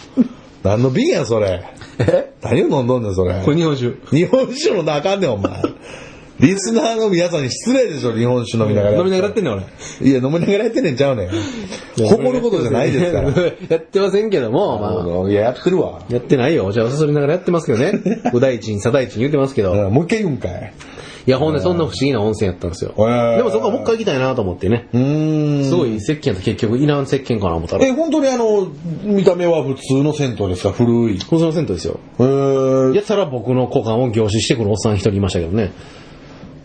C: 何の瓶や、それ。
D: え
C: 何を飲んどんねん、それ。
D: これ日本酒。
C: 日本酒飲んだらあかんねん、お 前。リスナーの皆さんに失礼でしょ、日本酒飲みながら。
D: 飲みながらやってんねん、俺。
C: いや、飲みながらやってんねんちゃうねん。誇ることじゃないですから。
D: やってませんけども、まあ、
C: いや、やってるわ。
D: やってないよ。お茶をすすりながらやってますけど ね。五大臣、左大臣言ってますけ
C: だか
D: ど。
C: らもう一回言うんかい。
D: いや、ほんで、そんな不思議な温泉やったんですよ。
C: ー
D: でもそこはもう一回行きたいなと思ってね。
C: うーん。
D: すごい石鹸やったら結局、いらん石鹸かな思ったら。
C: え、本当にあの、見た目は普通の銭湯ですか古い。
D: この銭湯ですよ。
C: えー、
D: やったら僕の股間を凝視してくるおっさん一人いましたけどね。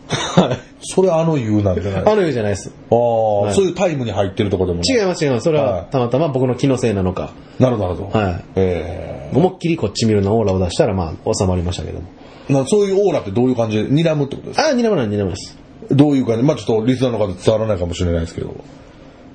D: はい。
C: それあの言うなんじゃないあ
D: あのようじゃないです。
C: あー、
D: い
C: そういうタイムに入ってるとこでもない。
D: 違います違います。それはたまたま僕の気のせいなのか。
C: なるほど、なるほど。
D: はい。
C: え
D: 思いっきりこっち見るのオーラを出したら、まあ、収まりましたけども。
C: ー、なそういうオーラってどういう感じで、睨むってことですか
D: ああ、睨まない、睨まないです。
C: どういう感じまあちょっとリスナーの方伝わらないかもしれないですけど。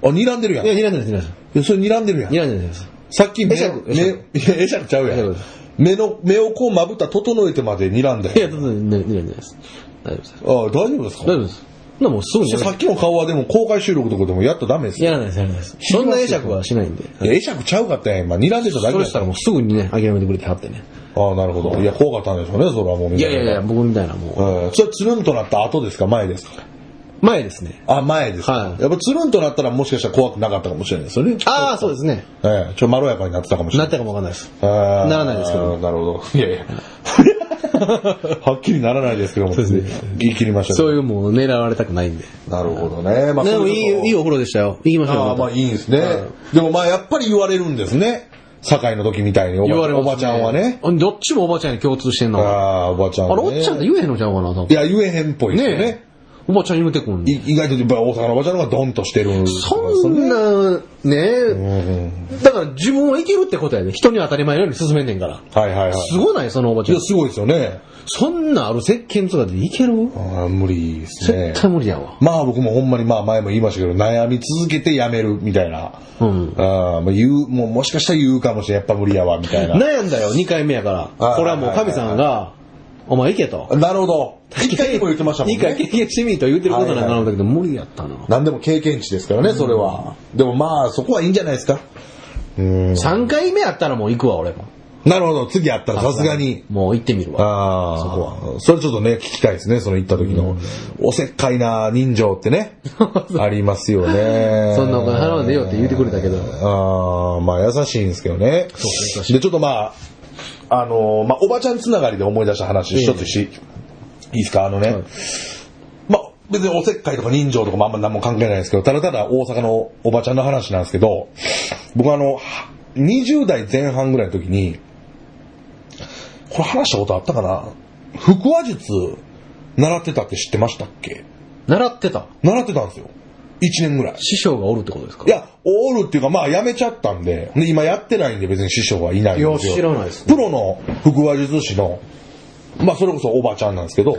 C: あ、睨んでるやん。
D: いや、
C: い
D: 睨んでない、睨んでない。
C: や、それ睨んでるやん。
D: 睨んでないです。
C: さっき目
D: えしゃ
C: を、
D: く
C: 目、いや、えしゃくちゃうや
D: えしゃ
C: ん
D: く。
C: 目の、目をこうまぶったら整えてまで睨んだ
D: いや、
C: よ。
D: 全然睨んでないです。大丈夫です。
C: あ大丈夫です
D: 大
C: か
D: 丈夫です。な、もうすぐにや
C: さ
D: る
C: っきの顔はでも公開収録とかでもやったらダメですよ。
D: やらないです、やらないです。そんな会釈はしないんで。
C: いや、えしゃくちゃうかったやん、今。睨んでただけ
D: そ
C: や
D: れしたらもうすぐにね、諦めてくれてはってね。
C: ああ、なるほど。いや、こうかったんでしょうね、それはもう。
D: いやいやいや、。僕みたいなも
C: うん。それつるんとなった後ですか、前ですか。
D: う、前ですね。
C: あ、前ですか。
D: はい
C: やっぱつるんとなったらもしかしたら怖くなかったかもしれないですよね。
D: ああ、そうですね。
C: ええ、ちょ、まろやかになってたかもしれ
D: な
C: ない
D: っ。たかもわかんないです。
C: あー
D: ならないですけど。
C: なるほど。いやいや。 はっきりならないですけども。
D: そうですね
C: 言い切りました
D: そう
C: う。
D: いうもう狙われたくないんで。
C: なるほどね。ま
D: でもいい、いい
C: よ。
D: お風呂でしたよ。行きましょうよ。
C: ああ、まあいいんですね。でもまあやっぱり言われるんですね。堺の時みたいにおば
D: 言われます
C: おばちゃんはね。
D: あどっちもおばちゃんに共通してんの。あ
C: ああー、おばちゃん
D: れ、
C: は、ね。
D: おっちゃんって言えへんのちゃうかな、多
C: い
D: 分。
C: や、言えへんっぽいですよね。
D: ねおばちゃん言うてくんの
C: い意外とやっぱ大阪のおばちゃんの方がドンとしてる。
D: そんな、
C: う
D: ね
C: んうん
D: だから自分はいけるってことやで。人に当たり前のように進めんねんから。
C: はいはいはい。
D: すごないそのおば
C: い
D: ちゃん
C: や、。すごいですよね。
D: そんなある石鹸とかでいける
C: あー無理ですね。
D: 絶対無理やわ。
C: まあ僕もほんまにまあ前も言いましたけど、悩み続けてやめるみたいな。
D: うん。
C: あーまあ言う、もうもしかしたら言うかもしれん。やっぱ無理やわ、みたいな。
D: 悩んだよ、2回目やから。
C: あ
D: これはもう神さんが、お前いけと。
C: なるほど。一回でも言ってましたもん
D: 一回経
C: ね。
D: 験してみと言うてることなんだろうけど、無理やったな。
C: 何でも経験値ですからね、それは。でもまあ、そこはいいんじゃないですか。うん。
D: 3回目やったらもう行くわ、俺も。
C: なるほど。次あったらさすがに。
D: もう行ってみるわ。
C: ああ、そこは。それちょっとね、聞きたいですね、その行った時の。おせっかいな人情って ね、ありますよね。
D: そんなお金払わんでよって言うてくれたけど
C: ああ、まあ優しいんですけどね。で、ちょっとまあ、あのー、まあ、おばちゃんつながりで思い出した話、一つし、いいですか、あのね。まあ、別におせっかいとか人情とかもあんま何も関係ないですけど、ただただ大阪のおばちゃんの話なんですけど、僕あの、20代前半ぐらいの時に、これ話したことあったかな腹話術習ってたって知ってましたっけ
D: 習ってた。
C: 習ってたんですよ。1年ぐらい。
D: 師匠がおるってことですか
C: い、や、おるっていうか、まあ、やめちゃったんで、で今やってないんで別に師匠はいないんですよ。
D: いや知らないです
C: プロの腹話術師の、まあ、それこそおばちゃんなんですけど、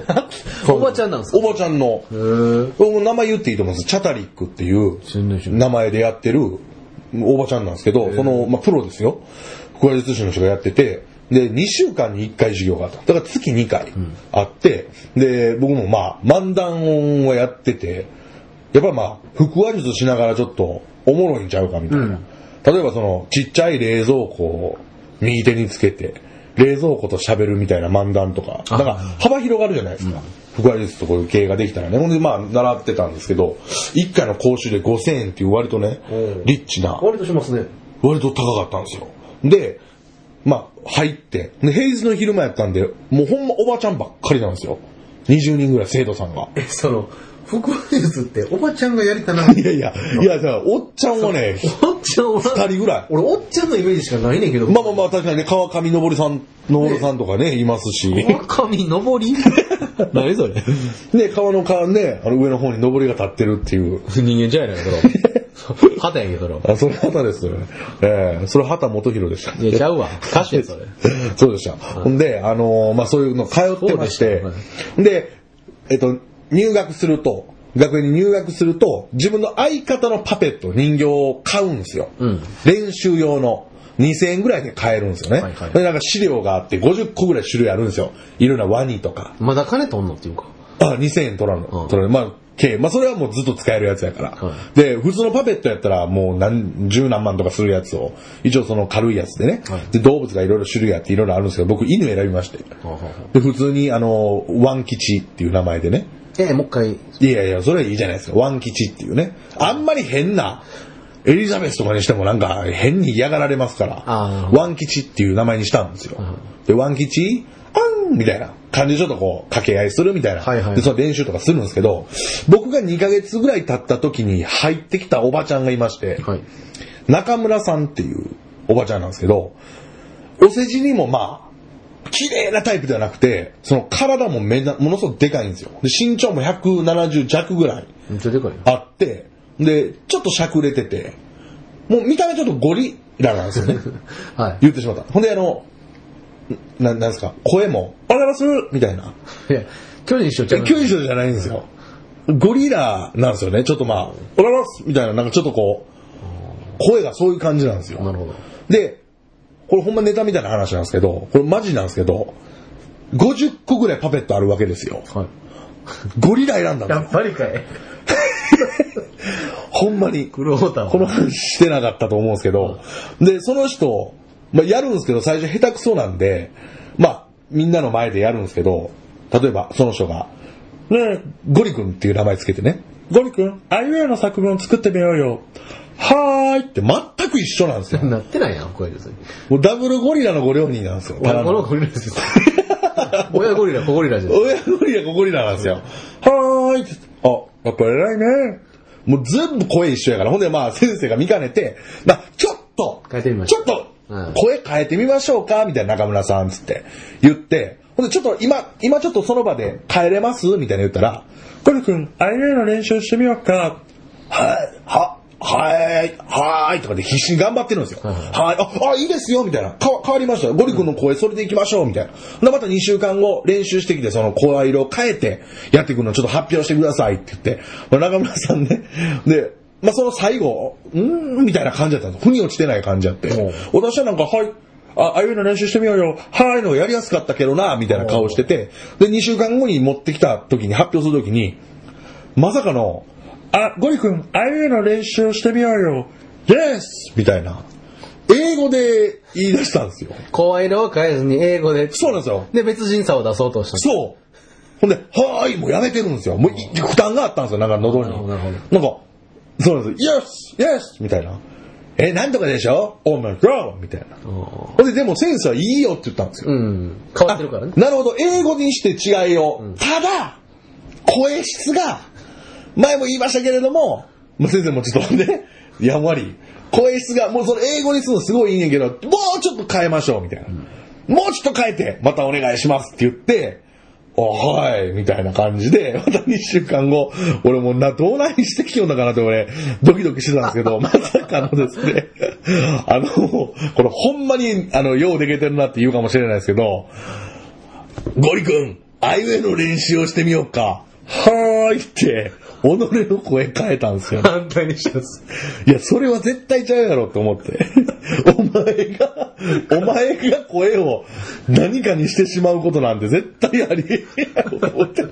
D: おばちゃんなんですか
C: おばちゃんの、
D: へぇ
C: 僕も名前言っていいと思うんですチャタリックっていう
D: 全然知らない
C: 名前でやってるおばちゃんなんですけど、その、まあ、プロですよ。腹話術師の人がやってて、で、2週間に1回授業があった。だから月2回あって、で、僕もまあ、漫談をやってて、やっぱまあ、腹話術しながらちょっとおもろいんちゃうかみたいな。例えばその、ちっちゃい冷蔵庫を右手につけて、冷蔵庫と喋るみたいな漫談とか、なんか幅広がるじゃないですか。腹話術とこういう経営ができたらね。ほんでまあ、習ってたんですけど、1回の講習で5000円っていう割とね
D: うん、
C: リッチな、
D: 割としますね。
C: 割と高かったんですよ。で、まあ、入って、で平日の昼間やったんで、もうほんまおばちゃんばっかりなんですよ。20人ぐらい生徒さんが。
D: え、その、腹話術っておばちゃんがやりたな。
C: いやいや、いや、だからおっちゃんはね、
D: おっちゃんは、
C: 二人ぐらい。
D: 俺おっちゃんのイメージしかないねんけど。
C: まあまあまあ、確かにね、川上昇さん、昇さんとかね、いますし。
D: 神登 り何それ
C: ね、川の川ね、あの上の方に昇りが立ってるっていう。
D: 人間じゃやないそ れ。肌やけどそれ。
C: あ、それ旗ですよね。ええそれ旗元弘でした。
D: いや、ちゃうわ。歌手やそれ。
C: そうでした。ほんで、あのーまあ、そういうの通ってまして、
D: そうで
C: でえっと、入学すると、学園に入学すると、自分の相方のパペット、人形を買うんですよ。
D: うん
C: 練習用の。2000円ぐらいで買えるんですよね。
D: はいはい
C: で、なんか資料があって50個ぐらい種類あるんですよ。いろんなワニとか。
D: まだ金取んのっていうか。
C: あ、2000円取らんの。
D: うん
C: 取られるまあ、計。まあ、それはもうずっと使えるやつやから。
D: は
C: で、普通のパペットやったら、もう何、十何万とかするやつを、一応その軽いやつでね。
D: はい
C: で、動物がいろいろ種類あっていろいろあるんですけど、僕犬選びまして。で、普通に、あの、ワン吉っていう名前でね。
D: え、もう一回。
C: いやいや、それはいいじゃないですか。ワン吉っていうね。あんまり変な、エリザベスとかにしてもなんか変に嫌がられますから
D: あ、ー
C: ワン吉っていう名前にしたんですよ。で、ワン吉、あんみたいな感じでちょっとこう掛け合いするみたいな。
D: はいはい
C: で、その練習とかするんですけど、僕が2ヶ月ぐらい経った時に入ってきたおばちゃんがいまして、
D: はい。
C: 中村さんっていうおばちゃんなんですけど、お世辞にもまあ、綺麗なタイプではなくて、その体もめな、ものすごくでかいんですよ。で身長も170弱ぐらい
D: めっちゃでかいよ。
C: あって、で、ちょっとしゃくれてて、もう見た目ちょっとゴリラなんですよね。
D: はい。
C: 言ってしまった。ほんであの、な、なんですか、声も、おはようございますみたいな。
D: いや、巨人師匠ちゃう
C: え、九州じゃないんですよ。ゴリラなんですよね。ちょっとまあ、おららすみたいな、なんかちょっとこう、声がそういう感じなんですよ。
D: なるほど。
C: で、これほんまネタみたいな話なんですけど、これマジなんですけど、50個ぐらいパペットあるわけですよ。
D: はい。
C: ゴリラ選んだんですよ。
D: ぱりかい。
C: ほんまに。
D: 黒太郎
C: この話してなかったと思うんですけど、で、その人、まあ、やるんですけど、最初下手くそなんで、まあ、みんなの前でやるんですけど、例えばその人が、ねえ、ゴリ君っていう名前つけてね、ゴリ君、あいうえおの作文を作ってみようよ。はーいって全く一緒なんですよ。
D: なってないやん、声です。
C: もうダブルゴリラのご両人なんですよ。ただ
D: 親
C: の
D: 子のゴリラです。 親ゴリラ、子ゴリラじゃん。
C: 親ゴリラ、子ゴリラなんですよ。はーいってあ、やっぱ偉いね。もう全部声一緒やから。ほんでまあ先生が見かねて、まあちょっと、
D: 変えてみまし
C: ち
D: た
C: ょっと
D: うん
C: 声変えてみましょうかみたいな中村さんつって言って、ほんでちょっと今、今ちょっとその場で変えれますみたいな言ったら、これくん、アイライの練習してみようか。はい、は、はい、はーいとかで必死に頑張ってるんですよ。はい、あ、あ、いいですよみたいな。かわ変わりましたよ。ゴリ君の声それでいきましょうみたいな。で、また2週間後練習してきて、その声色を変えてやっていくのをちょっと発表してくださいって言って、まあ中村さんね、で、まあ、その最後、うーん、みたいな感じだったんです。腑に落ちてない感じだって
D: うん。
C: 私はなんか、はい、あ、ああいうの練習してみようよ。はいのやりやすかったけどな、みたいな顔してて、で、2週間後に持ってきた時に、発表する時に、まさかの、あ、ゴリ君、ああいうの練習をしてみようよ。Yes! みたいな。英語で言い出したんですよ。
D: 声色を変えずに英語で。
C: そうなんですよ。
D: で、別人差を出そうとしたの
C: そう。ほんで、はーい、もうやめてるんですよ。もうい負担があったんですよ、なんか喉に。
D: なるほどなる
C: なんか、そうなんですよ、Yes! Yes! みたいな。え、なんとかでしょ ?Oh my god! みたいな。
D: う
C: ほんで、でもセンスはいいよって言ったんですよ。
D: うん。変わってるからね。
C: なるほど、英語にして違いを。ただ、声質が、前も言いましたけれども、まあ、先生もちょっとね、 やんわり、声質が、もうそれ英語にするのすごいいいんやけど、もうちょっと変えましょう、みたいな。もうちょっと変えて、またお願いしますって言って、あはい、みたいな感じで、 また2週間後、俺もうな、どうなにしてきようんだかなって俺、ドキドキしてたんです けど、まさかのですね、 あの、これほんまに、あの、ようでけてるなって言うかもしれないですけど、ゴリ君、アイウェイの練習をしてみようか。はーいって、己の声変えたんですよ。
D: 反対にしたんです。
C: いや、それは絶対ちゃうやろと思って。 お前が、お前が声を何かにしてしまうことなんて絶対ありえんやろと思って。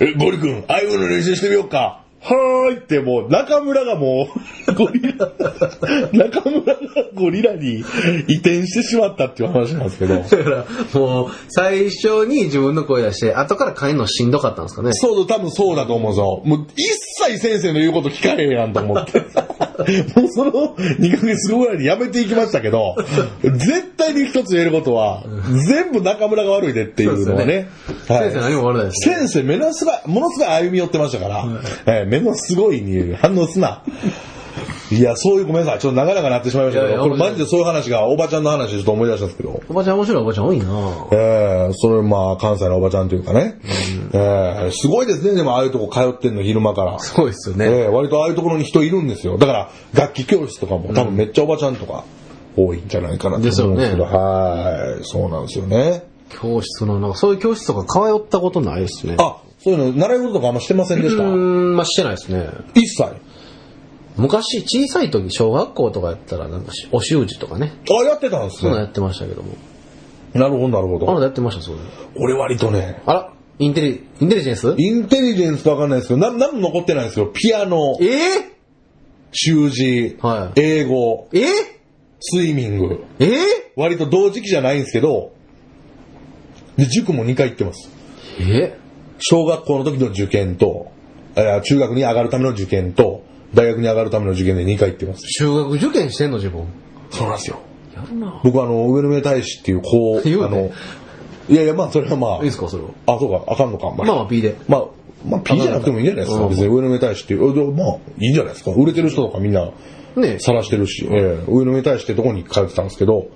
C: え、ゴリ君、アイウェイの練習してみようか。はーいってもう中村がもうゴリラ、中村がゴリラに移転してしまったっていう話なんですけど。
D: だから、もう、最初に自分の声出して、後から変えるのしんどかったんですかね。
C: そうそう、多分そうだと思うぞ。もう一切先生の言うこと聞かへんやんと思って。もうその2ヶ月後ぐらいにやめていきましたけど、絶対に一つ言えることは、全部中村が悪いでっていうのはね。はい
D: 先生何も悪ないですね。
C: 先生、目のすごい、ものすごい歩み寄ってましたから、えー目のすごいに反応すな。いや、そういう、ごめんなさい。ちょっと長々なってしまいましたけど、
D: いやいや
C: これマジでそういう話が、おばちゃんの話でちょっと思い出したんですけど。
D: おばちゃん面白いおばちゃん多いな
C: ええそれまあ関西のおばちゃんというかね。ええすごいですね、でもああいうとこ通ってんの昼間から。
D: すごいですよ
C: え
D: ね。
C: え割とああいうところに人いるんですよ。だから楽器教室とかも多分めっちゃおばちゃんとか多いんじゃないかなと思うんですけど。
D: ですよね
C: はい、そうなんですよね。
D: 教室の、なんかそういう教室とか通ったことないですね。
C: あ、そういうの習い事とかあんましてませんで
D: う
C: した。
D: ーん、まあ、してないですね。
C: 一切。あ、
D: 昔、小さい時、小学校とかやったら、なんかし、お習字とかね。
C: やってたんです
D: そんなの
C: ね。
D: やってましたけども。
C: なるほど、なるほ
D: あな
C: ど。
D: たやってました、そういうの
C: 俺割とね、
D: あら、インテリ、インテリジェンス
C: インテリジェンスとわかんないですけど、なん、なんも残ってないんですよ。ピアノ、
D: ええ
C: 習字、
D: はい
C: 英語、
D: え
C: スイミング。
D: ええ
C: 割と同時期じゃないんですけど、で、塾も2回行ってます。
D: え
C: 小学校の時の受験と、えー中学に上がるための受験と、大学に上がるための受験で2回行ってます。
D: 中学受験してんの、自分。
C: そうなんですよ。
D: やるな
C: 僕はあの、上野目大使っていう子を、
D: 言
C: あ
D: うね
C: の、いやいや、まあ、それはま
D: い
C: あ
D: い、ですか、それは。
C: あ、そうか、あかんのか、ま
D: まあまあ、B で。
C: まあ、まあ、P じゃなくてもいいんじゃないです
D: う
C: か。
D: ん
C: 別に上野目大使っていう、あでもまあ、いいんじゃないですか。売れてる人とかみんな、
D: ね
C: 晒してるし、ええ上野目大使ってとこに通ってたんですけど、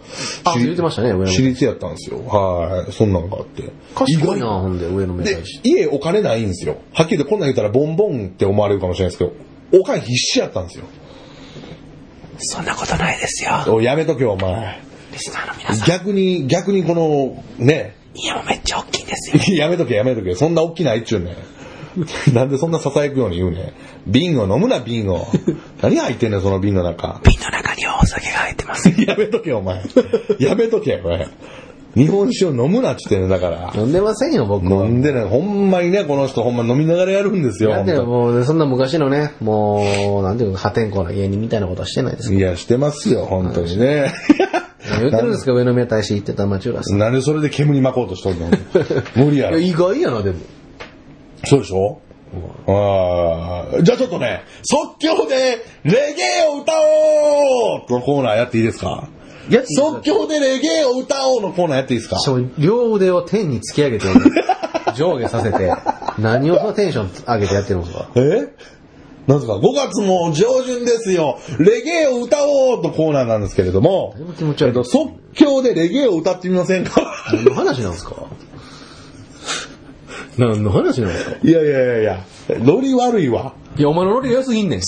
D: あ
C: 私立
D: 言ってましたね上野目
C: 私立やったんですよ。はい。そんなんがあって。
D: 賢い
C: 意
D: な
C: 外
D: ほんで、上の目
C: で
D: 大し、
C: 家お金ないんですよ。はっきり言ってこんなん言ったらボンボンって思われるかもしれないですけど、お金必死やったんですよ。
D: そんなことないですよ、
C: おいやめとけよ、お前。
D: リスナーの皆ん。
C: 逆に、逆にこの、ね、
D: 家もめっちゃ大きいんですよ。
C: やめとけやめとけ、そんな大きないっちゅうね。なんで そんな囁くように言うね。瓶を飲むな、瓶を。何入ってんねん、その瓶の中。
D: 瓶の中にはお酒が入ってます。
C: やめとけよ、お前。やめとけよ、これ。日本酒を飲むなっつってんねんだから。
D: 飲んでませんよ、僕は。
C: 飲んでね、ほんまにね、この人ほんま飲みながらやるんですよ。
D: なんでもう、そんな昔のね、もう、なんていうか、破天荒な芸人みたいなことはしてないです。
C: いや、してますよ、本当にね。
D: 言ってるんですか、上の目大使行ってた町浦さん。
C: なんでそれで煙に巻こうとしと んの無理やろ
D: い。や意外やな、でも。
C: そうでしょああ。じゃあちょっとね、即興でレゲエを歌おうのコーナーやっていいですか
D: やつ
C: 即興でレゲエを歌おうのコーナーやっていいですか
D: そう両腕を天に突き上げて、 上下させて、何をそのテンション上げてやってるんですか
C: えなんですか、5月の上旬ですよ、レゲエを歌おうとコーナーなんですけれども、
D: だいぶ気持ち悪い
C: えっと、即興でレゲエを歌ってみませんか
D: 何の話なんですか何の話なんですか
C: いやいやいやいや、ノリ悪いわ。
D: いや、お前のロリが良すぎんねん。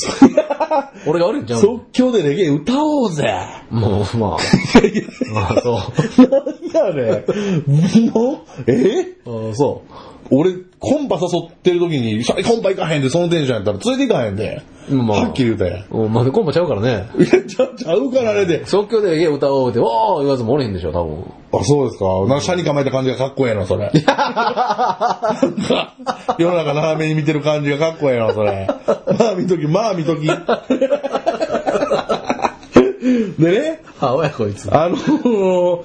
D: 俺が悪いんじゃん。
C: 即興でレゲエ歌おうぜ。
D: もう、まあ。 まあ、そう。
C: なんやねん。 のえ
D: あそう。
C: 俺、コンパ誘ってる時に、シャイコンパ行かへんで、そのテンションやったら連れて行かへんで。
D: まあ
C: はっきり言うたやん。
D: お前、コンパちゃうからね。
C: いや、ちゃちゃうからあれで。
D: 即興で家歌おうって、わー言わずもおれへんでしょ、多分。
C: あ、そうですか。なんか、車に構えた感じがかっこええの、そ れ。なんか世の中斜めに見てる感じがかっこええの、そ れ。まあ見とき、まあ見と き。でね、
D: あ、おやこいつ。
C: あのー、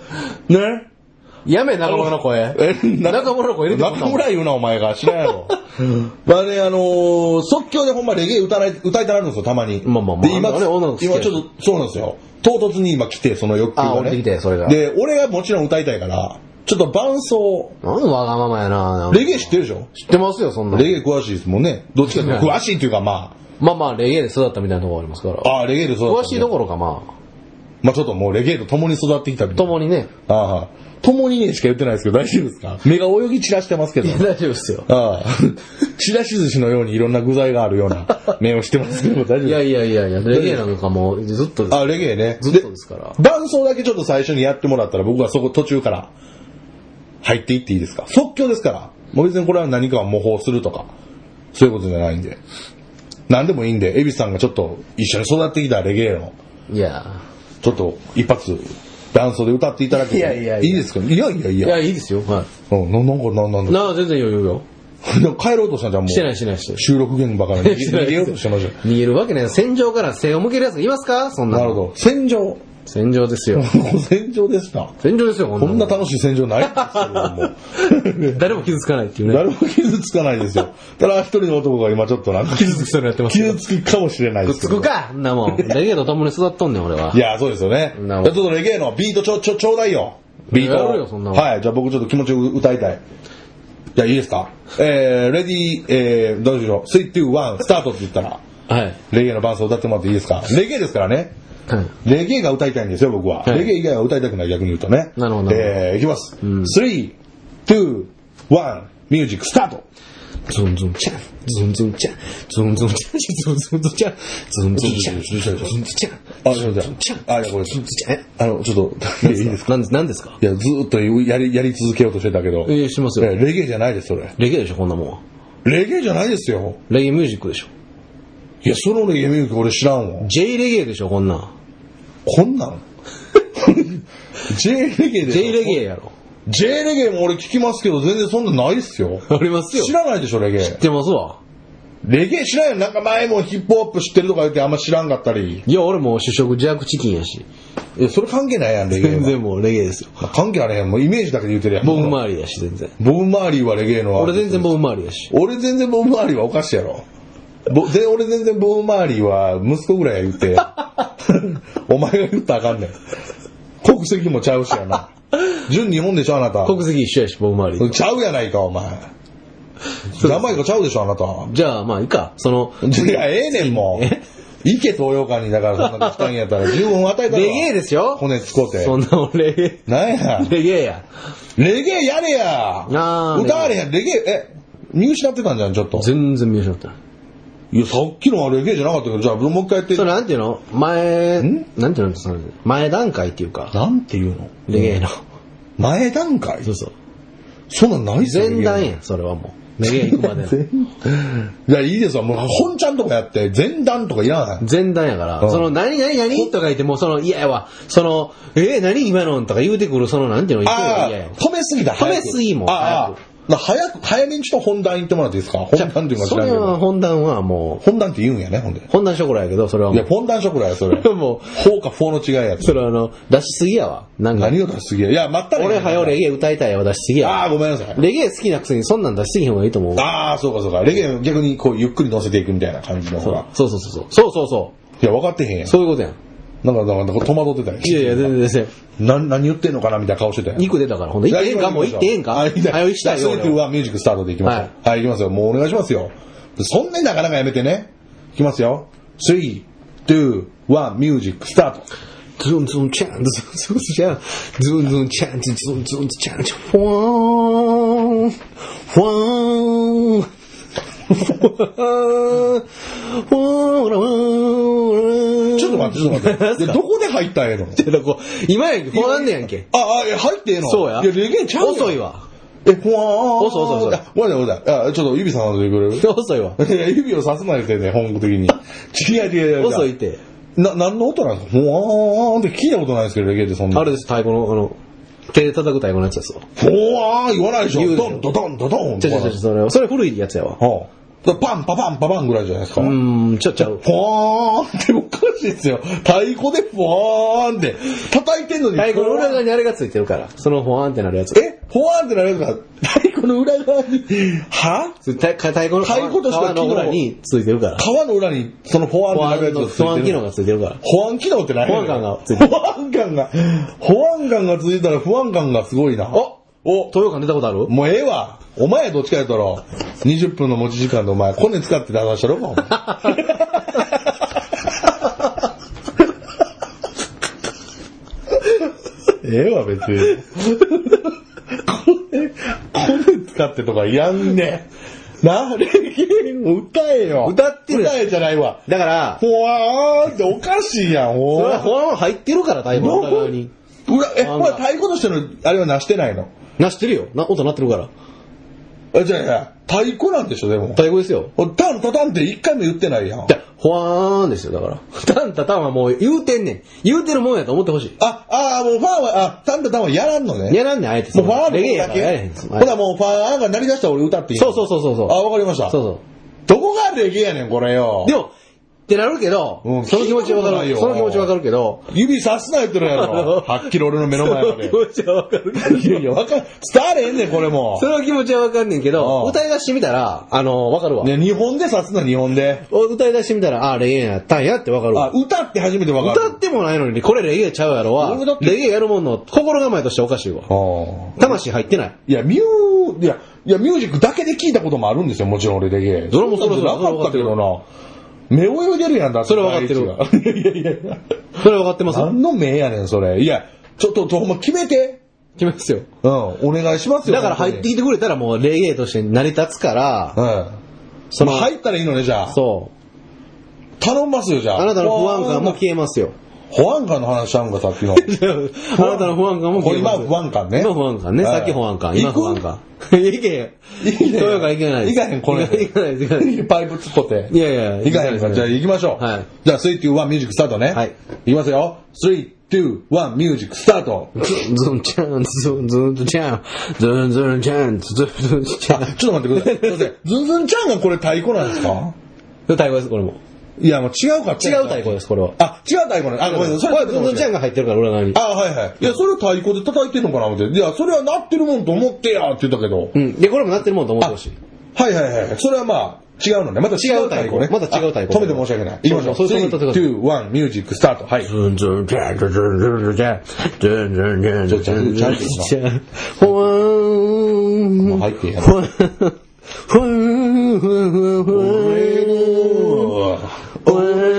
C: ね、
D: やめ、中村の声。
C: え、
D: 中村の声入れてこんな
C: 中
D: もん
C: 村言うな、お前が。知らんやろ。 まあね、あのー、即興でほんまレゲエ歌ない、歌いたなるんですよ、たまに。
D: まあまあまあ
C: で、今、
D: あれ女の子好きや
C: 今ちょっと、そうなんですよ。唐突に今来て、その欲求
D: あ、
C: が
D: 降りてき。
C: ね
D: て、それが。
C: で、俺がもちろん歌いたいから、ちょっと伴奏、
D: なんでわがままやな。
C: レゲエ知ってるでしょ
D: 知ってますよ、そんなの
C: レゲエ詳しいですもんね。どっちかというと、詳しいというかま
D: まあまあ、レゲエで育ったみたいなところありますから。
C: あ、ああ、レゲエで育った。
D: 詳しいどころか、ま
C: まあちょっともうレゲエと共に育ってきた
D: あ、
C: と
D: 共にね。
C: ああ、共にねしか言ってないですけど、大丈夫ですか目が泳ぎ散らしてますけど。
D: 大丈夫っすよ。
C: あ あ、ちらし寿司のようにいろんな具材があるような目をしてますけど、大丈夫
D: い
C: です
D: やいやいやいや、レゲエなんかもう、ずっとです、
C: あ、レゲエね。
D: ずっとですから。
C: 伴奏だけちょっと最初にやってもらったら、僕はそこ途中から入っていっていいですか即興ですから。もう別にこれは何かを模倣するとか、そういうことじゃないんで。何でもいいんで、エビさんがちょっと一緒に育ってきたレゲエの、
D: いや。
C: ちょっと一発、伴奏で歌っていただけて。
D: いやいやいや
C: いですかいやいやい
D: い
C: や。
D: や、いいですよ。は
C: うん、な、なんか、な、なん
D: い。
C: だ。
D: なあ、全然余裕よ。
C: なんか帰ろうとしたじゃん、もう。
D: してないしてないしてない
C: 収録現場から 逃げ逃げようとしてましたよ。
D: 逃げるわけない。戦場から背を向けるやつがいますかそんな。
C: なるほど。戦場。
D: 戦場ですよ。
C: 戦場ですか。
D: 戦場ですよ、
C: こんな
D: の
C: 楽しい戦 場ないですけれども。
D: 誰も傷つかないっていうね。
C: 誰も傷つかないですよ。ただ一人の男が今ちょっとなんか
D: 傷つきそうになってますけど
C: 傷つくかもしれない
D: く
C: で
D: っ
C: すけ
D: つ
C: ど
D: く。かそんなもん。レゲエと共に育っとんねん、俺は。
C: いや、そうですよね。じ
D: な
C: ゃ
D: る
C: あ
D: ほ
C: ちょ
D: ど
C: っとレゲエのビートちょ、ちょ、ちょうだいよ。ビートを。
D: やるよそんなもん
C: はい、じゃあ僕ちょっと気持ちを歌いたい。じゃあいいですかえー、レディー、えー、どうしよう。3、2、1、スタートって言ったら、
D: はい。
C: レゲエの伴奏歌ってもらっていいですかレゲエですからね。
D: はい。
C: レゲエが歌いたいんですよ、僕は。
D: はい
C: レゲエ以外は歌いたくない、逆に言うとね。
D: なるほどなるほど
C: えー、いきます。
D: ん
C: 3、2、1、ミュージックスタート
D: ズンズンちゃん、ズンズンちゃん、ズンズンちゃん、ズンズンちゃん、ズンズンちゃん、ズンズンちゃん、
C: あ、すいません。あ、いや、これ、あの、ちょっと、いやいいですか
D: なんです、なんですか
C: いや、ずーっとやり、やり続けようとしてたけど。
D: いやしますよ
C: えレゲエじゃないです、それ。
D: レゲエでしょ、こんなもんは。
C: レゲエじゃないですよ。
D: レゲエミュージックでしょ。
C: いや、そのレゲエミュージック俺知らんわ。
D: J レゲエでしょ、こんなん。
C: こんなん ?J レゲエで。
D: J レゲエや ろ。
C: J レゲエも俺聞きますけど、全然そんなないっすよ。
D: ありますよ。
C: 知
D: っ
C: らないでしょ、レゲエ。
D: てますわ。
C: レゲエ知らんよ。なんか前もヒップホップ知ってるとか言ってあんま知らんかったり。
D: いや、俺もう主食ジャークチキンやし。
C: いや、それ関係ないやん、レゲエは。
D: 全然もうレゲエですよ。
C: 関係あれへん。もうイメージだけで言ってるやん。
D: ボブ周りやし、全然。
C: ボブマーリーはレゲエの。
D: 俺全然ボブ周りやし。
C: 俺全然ボブマーリーはおかしいやろ。ぼで俺全然ボブマーリーは息子ぐらいや言 って。お前が言ったらあかんねん。国籍もちゃうしやな。純日本でしょ、あなた。
D: 国籍一緒やし、ボブ周り。
C: ちゃうやないか、お前。名前がちゃうでしょ、あなた。
D: じゃあ、まあいいか。その、
C: いや、ええねん、もう。行け、東洋館に、だからそんなことしたんやったら、十分与えた
D: レ
C: ら。
D: ゲエですよ。
C: 骨つこて
D: そ。んなもんレゲエ。
C: なんや。
D: レゲエや。
C: レゲエやれや
D: あー
C: 歌われへん、レゲエ、え、見失ってたんじゃん、ちょっと。
D: 全然見失った。
C: いや、さっきのはレゲエじゃなかったけど、じゃあ、もう一回やって
D: そ。れなんていうの前、
C: ん
D: なんていうのその前段階っていうか、
C: なんていうの
D: レゲエの。
C: 前段階
D: そうそう。
C: そんなんないっすよ
D: 前段
C: レゲエ
D: やん、それはもう。レゲエ行くまでの。
C: いや、いいですわ。もう、本ちゃんとかやって、前段とかいらない。
D: 前段やから、
C: うん
D: その、何何何とか言って、もうその、嫌やわ。その、えー、何今のんとか言うてくる、その、なんていうの、勢いが
C: ああ、
D: 嫌やわ。
C: 止めすぎだ、
D: 止め
C: 早く
D: すぎも
C: ああ、な早く、早めにちょっと本段行ってもらっていいですか本
D: じゃ
C: 段っていうか知
D: そ
C: らん
D: れ
C: け
D: は
C: ど。
D: 本段はも
C: 本段って言うんやね、ほんで。
D: う、本段ショコラやけど、それはいも
C: や、
D: う、
C: 本段ショコラや、それ。
D: も
C: 4か4の違いやつ。
D: それはあの、出しすぎやわ。なんか、
C: 何を出しすぎや。いや、まったね
D: 俺はよレゲエ歌いたいやわ、出しすぎやわ。
C: ああ、ごめんなさい。
D: レゲエ好きなくせにそんなん出しすぎへん方がいいと思うわ。
C: ああ、そうかそうか。レゲエを逆にこうゆっくり乗せていくみたいな感じの方が。
D: そうそうそうそう。そうそうそ
C: いや、分かってへんや
D: う。
C: ん。
D: そういうことやん。
C: なんか、なんか、戸惑ってたよ。
D: いやいや、全然全然。
C: な何言ってんのかなみたいな顔してたよ。
D: 肉出たから、ほんで。行ってええんかもう行ってええんか
C: あ
D: 早
C: いいね
D: よ行きたいよ。
C: じゃあそれではミュージックスタートでいきましょう。はい、い、きますよ。もうお願いしますよ。そんなになかなかやめてね。いきますよ。3、2、1、ミュージック、スタート。
D: ズンズンチャン、ズンズンチャン、ズンズンチャン、ズンズンチャン、チャン、フォーン、フォーン、フォーン、フォーン、
C: ちょっと待って、ちょっと待って。 でどこで入ったんやの
D: ってとこ、今やんけ、フォーンねやんけ。
C: あ、あ、え入ってええの
D: そうや。
C: いや、レゲエちゃうやん
D: 遅い。わ。
C: え、ふわーん。
D: 遅い遅い遅い
C: あごめんなさい、ごめんなさい。あ、ちょっと指さんでくれ る
D: 遅いわ。
C: いや、指をさすなよ、てね、本格的に。違う違う違う。
D: 遅いっ。て。
C: な、何の音なんですかふわーんって聞いたことないですけど、レゲエってそんな。
D: あれです、太鼓の、あの、手で叩く太鼓のやつですわ。
C: ふわーん言わないでし
D: 言
C: ょ。
D: うでしょ
C: ドンドドンドドン
D: ちゃちゃちゃ、それ、それ古いやつやわ。
C: はあ、だからパンパパンパパンぐらいじゃないですか。
D: うーん、ちゃちゃう。
C: ほーんっておかしいですよ。太鼓でほーんって叩いてんのに。
D: 太鼓の裏側にあれがついてるから、そのフォーンってなるやつ。
C: えほわーんってなるやつが、太鼓の裏側に、は
D: 太太鼓の
C: 太鼓としては
D: 皮の裏についてるから。
C: 皮の裏にそのほわ
D: 保
C: ーんっ
D: 安
C: てなるや
D: の
C: つがついて
D: 機
C: る
D: 能。がついてるから。
C: 保安機能ってない
D: 保安感がついてる
C: 保安感が。保安感がついたら不安感がすごいな。
D: お
C: お
D: 豊川出たことある
C: もうええわ。お前どっちかやったろ。20分の持ち時間でお前、コネ使って談話した ろか、お前。ええわ、別に。コネ、コネ使ってとかやんねん。な、レゲエも歌えよ。
D: 歌ってるやん
C: 歌えじゃないわ。
D: だから、
C: ほわーんっておかしいやん、ほ
D: それは
C: わーん
D: 保安入ってるから、太鼓の裏側に。
C: 裏え、
D: あん
C: こ
D: な
C: れ太鼓としての、あれはなしてないの
D: なしてるよ。な、音鳴ってるから。
C: あじゃあいや、太鼓なんでしょ、でも。
D: 太鼓ですよ。
C: おタンタタンって一回も言ってないやん
D: じ。ゃ、ほわーんですよ、だから。タンタタンはもう言うてんねん。言うてるもんやと思ってほしい。
C: あ、あー、もうファンは、あ、タンタタンはやらんのね。
D: やらんねん、あえて。
C: もうファン
D: レゲエ
C: の
D: や
C: 方だ
D: か
C: け。
D: らやれへんです。
C: ほらもうファンが鳴り出したら俺歌っていい
D: そうそうそうそうそう
C: あ、わかりました。
D: そうそ
C: どこがレゲエやねん、これよ
D: う。。でも、ってなるけど、
C: うん
D: その気持ちわか
C: 聞いたことない
D: る。
C: よ
D: その気持ちわかるけど、
C: 指さすな言ってる やろ。はっきり俺の目の前まで
D: そ。の気持ちはわかるけど。
C: いやいや、わかん、伝われへんねん、これも
D: そ。の気持ちはわかんねんけど、
C: うん
D: 歌い出してみたら、あの、わかるわ。
C: ね、日本でさすな、日本で。
D: お歌い出してみたら、あ、レゲエやったんやってわかる
C: あ
D: わ、。
C: 歌って初めてわかる。
D: 歌ってもないのに、これレゲエちゃうやろは
C: 俺だっ、て
D: レゲエやるもんの心構えとしておかしいわ。
C: ああ。
D: 魂入ってない。
C: いや、ミュー、いや、いや、ミュージックだけで聞いたこともあるんですよ、もちろん俺レゲエ。
D: それもそれそれ
C: なかったけどな。目泳いでるやんだって。
D: それは分か
C: ってる。いやいやいや。
D: それは分かってます
C: 何の目やねん、それ。いや、ちょっと、ほんま決めて。
D: 決めますよ。
C: うん、お願いしますよ。
D: だから入ってきてくれたらもうレゲエとして成り立つから、
C: 本当に。うん。そ
D: の
C: の、入ったらいいのね、じゃあ。
D: そう。
C: 頼んますよ、じゃあ。
D: あなたの不安感も
C: 保安
D: 消えますよ。
C: 保安官の話したんか、さ っきの。
D: あなたの不安感も
C: こ
D: 消
C: れ
D: えま
C: 今
D: す
C: 不安感ね。
D: 今不安感ね。
C: はい
D: さっき不安感。
C: 行
D: 今
C: く
D: 不安感。 いけへん。
C: いけへん
D: 豊川いけないです。
C: いかへんこれ
D: いかないです。いかないです。
C: パイプ突っ込って。
D: いやいや
C: いかへんか。じゃあ行きましょう。
D: はい
C: じゃあ、3、2、1、ミュージックスタートね。
D: はい。
C: いきますよ。3、2、1、ミュージックスタート。
D: ズンちゃん、ズンズンちゃん、ズンズンちゃん、ズンズンちゃん。
C: ちょっと待ってください。すいませ ん。ズンズンちゃんがこれ太鼓なんですか
D: 太鼓です、これも。
C: いや、もう違うか
D: 違う太鼓です、これは。
C: あ、違う太鼓ね。あ、ごめんなさい。
D: これはズンズンちゃんが入ってるから、裏側に。
C: あ、はいはい。いや、それ太鼓で叩いてんのかな思って。いや、それは鳴ってるもんと思ってやって言ったけど。
D: うん。で、これもなってるもんと思ってほしい。
C: はいはいはい。それはまあ、違うのね。また違う太鼓ね。
D: また違う太鼓
C: あ止めて申し訳ない。いきましょう。
D: そうそうそれ止めたとこ
C: 3、2、1、ミュージックスタート。はい。
D: ズンズンちゃん、ズンズンちゃん、ズンズンちゃん、ズンズンちゃん、ズンズンちゃん。ほわーん。
C: もう入ってやる
D: ふわーん。ふわーん。ふわーん。ふわーん。
C: 俺の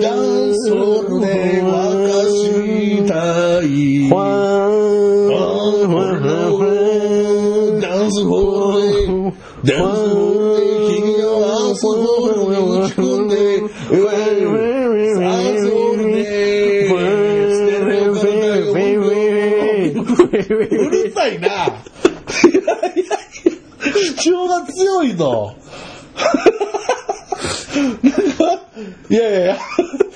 C: ダンスホールで沸かしたい。
D: ふわーん。ふわーん。ふわーん。
C: ダンスホールで、ダンスホールで、君をダンスホールに打ち込んで、うわうわダンスホールで、ステレオからだようるさいな。主張が強いぞ。 いやいやいや、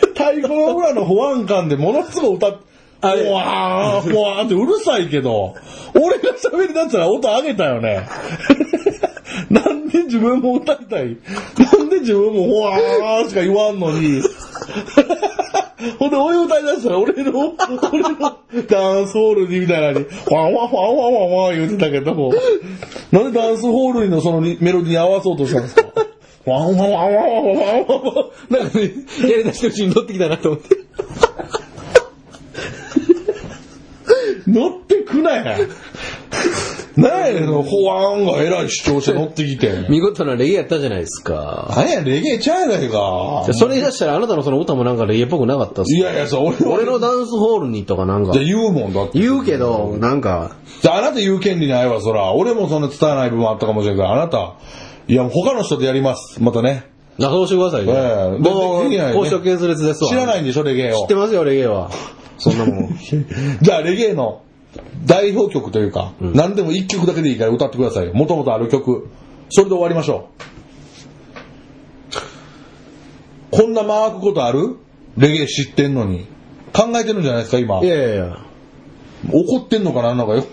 C: 太鼓の裏の保安官でものすごい歌っ
D: あれ
C: ほわー、ほわーってうるさいけど、俺が喋りだしたら音上げたよね。 なんで自分も歌いたいなんで自分もほわーしか言わんのに。 ほんで、俺歌い出したら俺の、俺のダンスホールにみたいなのに、ワンワンワンワンワンワン言ってたけども、なんでダンスホールのそのメロディーに合わそうとしたんですかワンワンワンワンワンワンワンワン
D: なんかね、やり出してるうちに乗ってきたなと思って。
C: 乗ってくなや。なんやねん、保安が偉い主張して乗ってきて。
D: 見事なレゲエやったじゃないですか。
C: なんや、レゲエちゃうやないか
D: じゃ。あそれ言い出したらあなたのその歌もなんかレゲエっぽくなかったっす
C: いやいや、そう、俺は
D: 俺のダンスホールにとかなんか
C: じゃあ。言うもんだって。
D: 言うけど、なんか、
C: じゃああなた言う権利ないわ、そら。俺もそんな伝えない部分あったかもしれんけど、あなた、いや、他の人でやります。またね。
D: なそうしてくださいね。
C: ええ
D: もう、
C: でできないね
D: 交渉決裂ですわ。
C: 知らないん
D: 知
C: でしょ、レゲエを
D: っ。てますよ、レゲエは。そんなもん。
C: じゃあ、レゲエの代表曲というか、何でも一曲だけでいいから歌ってくださいよ。もともとある曲。それで終わりましょう。こんな回くことあるレゲエ知ってんのに。考えてるんじゃないですか、今
D: い。やいやいや。
C: 怒ってんのかななんかよ。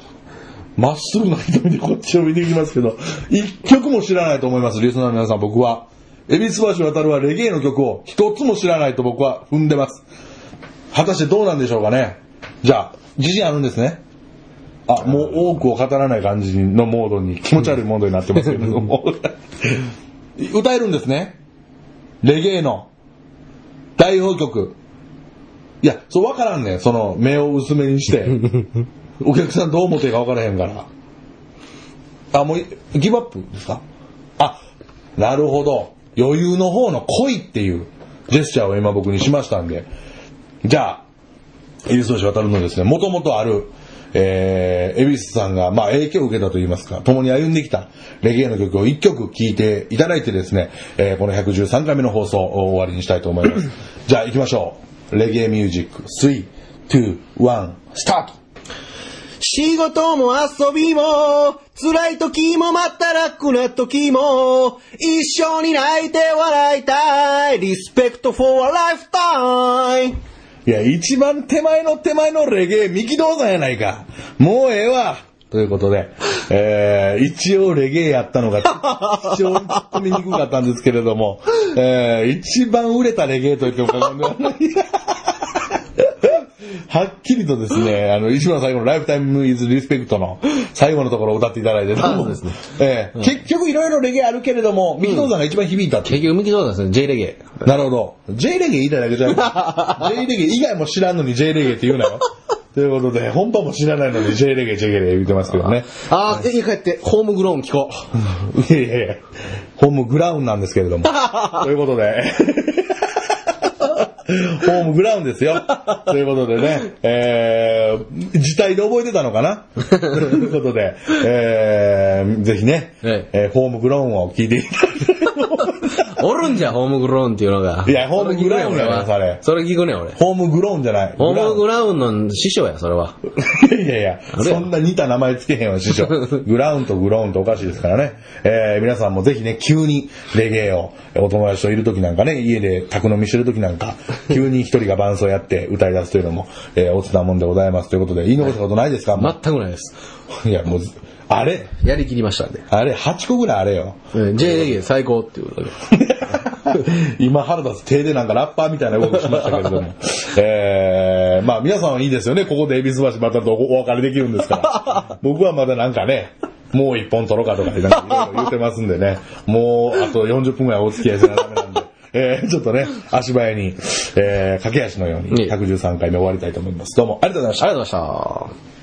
C: まっすぐな瞳でこっちを見ていきますけど、一曲も知らないと思います、リスナーの皆さん、僕は。エビス橋渡るはレゲエの曲を一つも知らないと僕は踏んでます。果たしてどうなんでしょうかねじゃあ、自信あるんですね。あ、もう多くを語らない感じのモードに、気持ち悪いモードになってますけれども。歌えるんですね。レゲエの代表曲。いや、そうわからんねんその、目を薄めにして。お客さんどう思ってるか分からへんから。あ、もうい、ギブアップですかあ、なるほど。余裕の方の恋っていうジェスチャーを今僕にしましたんで。じゃあ、恵比寿市渡るのですね、もともとある、えー、恵比寿さんが、まあ、影響を受けたといいますか、共に歩んできたレゲエの曲を1曲聴いていただいてですね、えーこの113回目の放送を終わりにしたいと思います。じゃあ行きましょう。レゲエミュージック、3、2、1、スタート
D: 仕事も遊びも、辛い時もまた楽な時も、一緒に泣いて笑いたい、リスペクト for a lifetime!
C: いや、一番手前の手前のレゲエ、三木道山やないか。もうええわ。ということで、えー、一応レゲエやったのが、非常に突っ込みにくかったんですけれども、えー、一番売れたレゲエと言っても過言ではない。はっきりとですね、あの、石村最後のライフタイムイズリスペクトの最後のところを歌っていただいて、
D: あそうですね
C: えー結局いろいろレゲエあるけれども、三木道山が一番響いたっていう
D: 結局、向きそうなんですね、J レゲエ。
C: なるほど。J レゲエ言いたいだけじゃない。J レゲエ以外も知らんのに J レゲエって言うなよ。ということで、本番も知らないのに J レゲエ、J レゲエ言ってますけどね。
D: あー、家帰って、ホームグローン聞こう。
C: いやいやいや、ホームグラウンなんですけれども。ということで。ホームグラウンですよ。ということでね、えー、自体で覚えてたのかなということで、えー、ぜひね、
D: え
C: えーホームグラウンを聞いていただきたいと思います
D: おるんじゃ、ホームグローンっていうのが。
C: いやホームグローンやなそれ
D: それ聞くね、俺。
C: ホームグローンじゃない。
D: ホーム
C: グラウン
D: グラウンの師匠や、それは。
C: い やいやいや、
D: れ
C: そんな似た名前つけへんわ、師匠。グラウンとグローンとおかしいですからね。えー、皆さんもぜひね、急にレゲエを、お友達といる時なんかね、家で宅飲みしてる時なんか、急に一人が伴奏やって歌い出すというのも、えー、おつなもんでございますということで、言い残したことないですか、
D: 全くないです。
C: いや、もう、あれ、
D: やりきりましたんで。
C: あれ、8個ぐらいあれよ。
D: えー J レゲエ最高っていうことで。
C: 今腹立つ手でなんかラッパーみたいな動きしましたけれども。えー、まあ皆さんはいいですよね。ここで恵比寿橋またとお別れできるんですから。僕はまだなんかね、もう一本取ろうかとかなんかいろいろ言ってますんでね。もうあと40分ぐらいお付き合いしなダメなんで。えー、ちょっとね、足早に、えー、駆け足のように113回目終わりたいと思います。どうもありがとうございました。
D: ありがとうございました。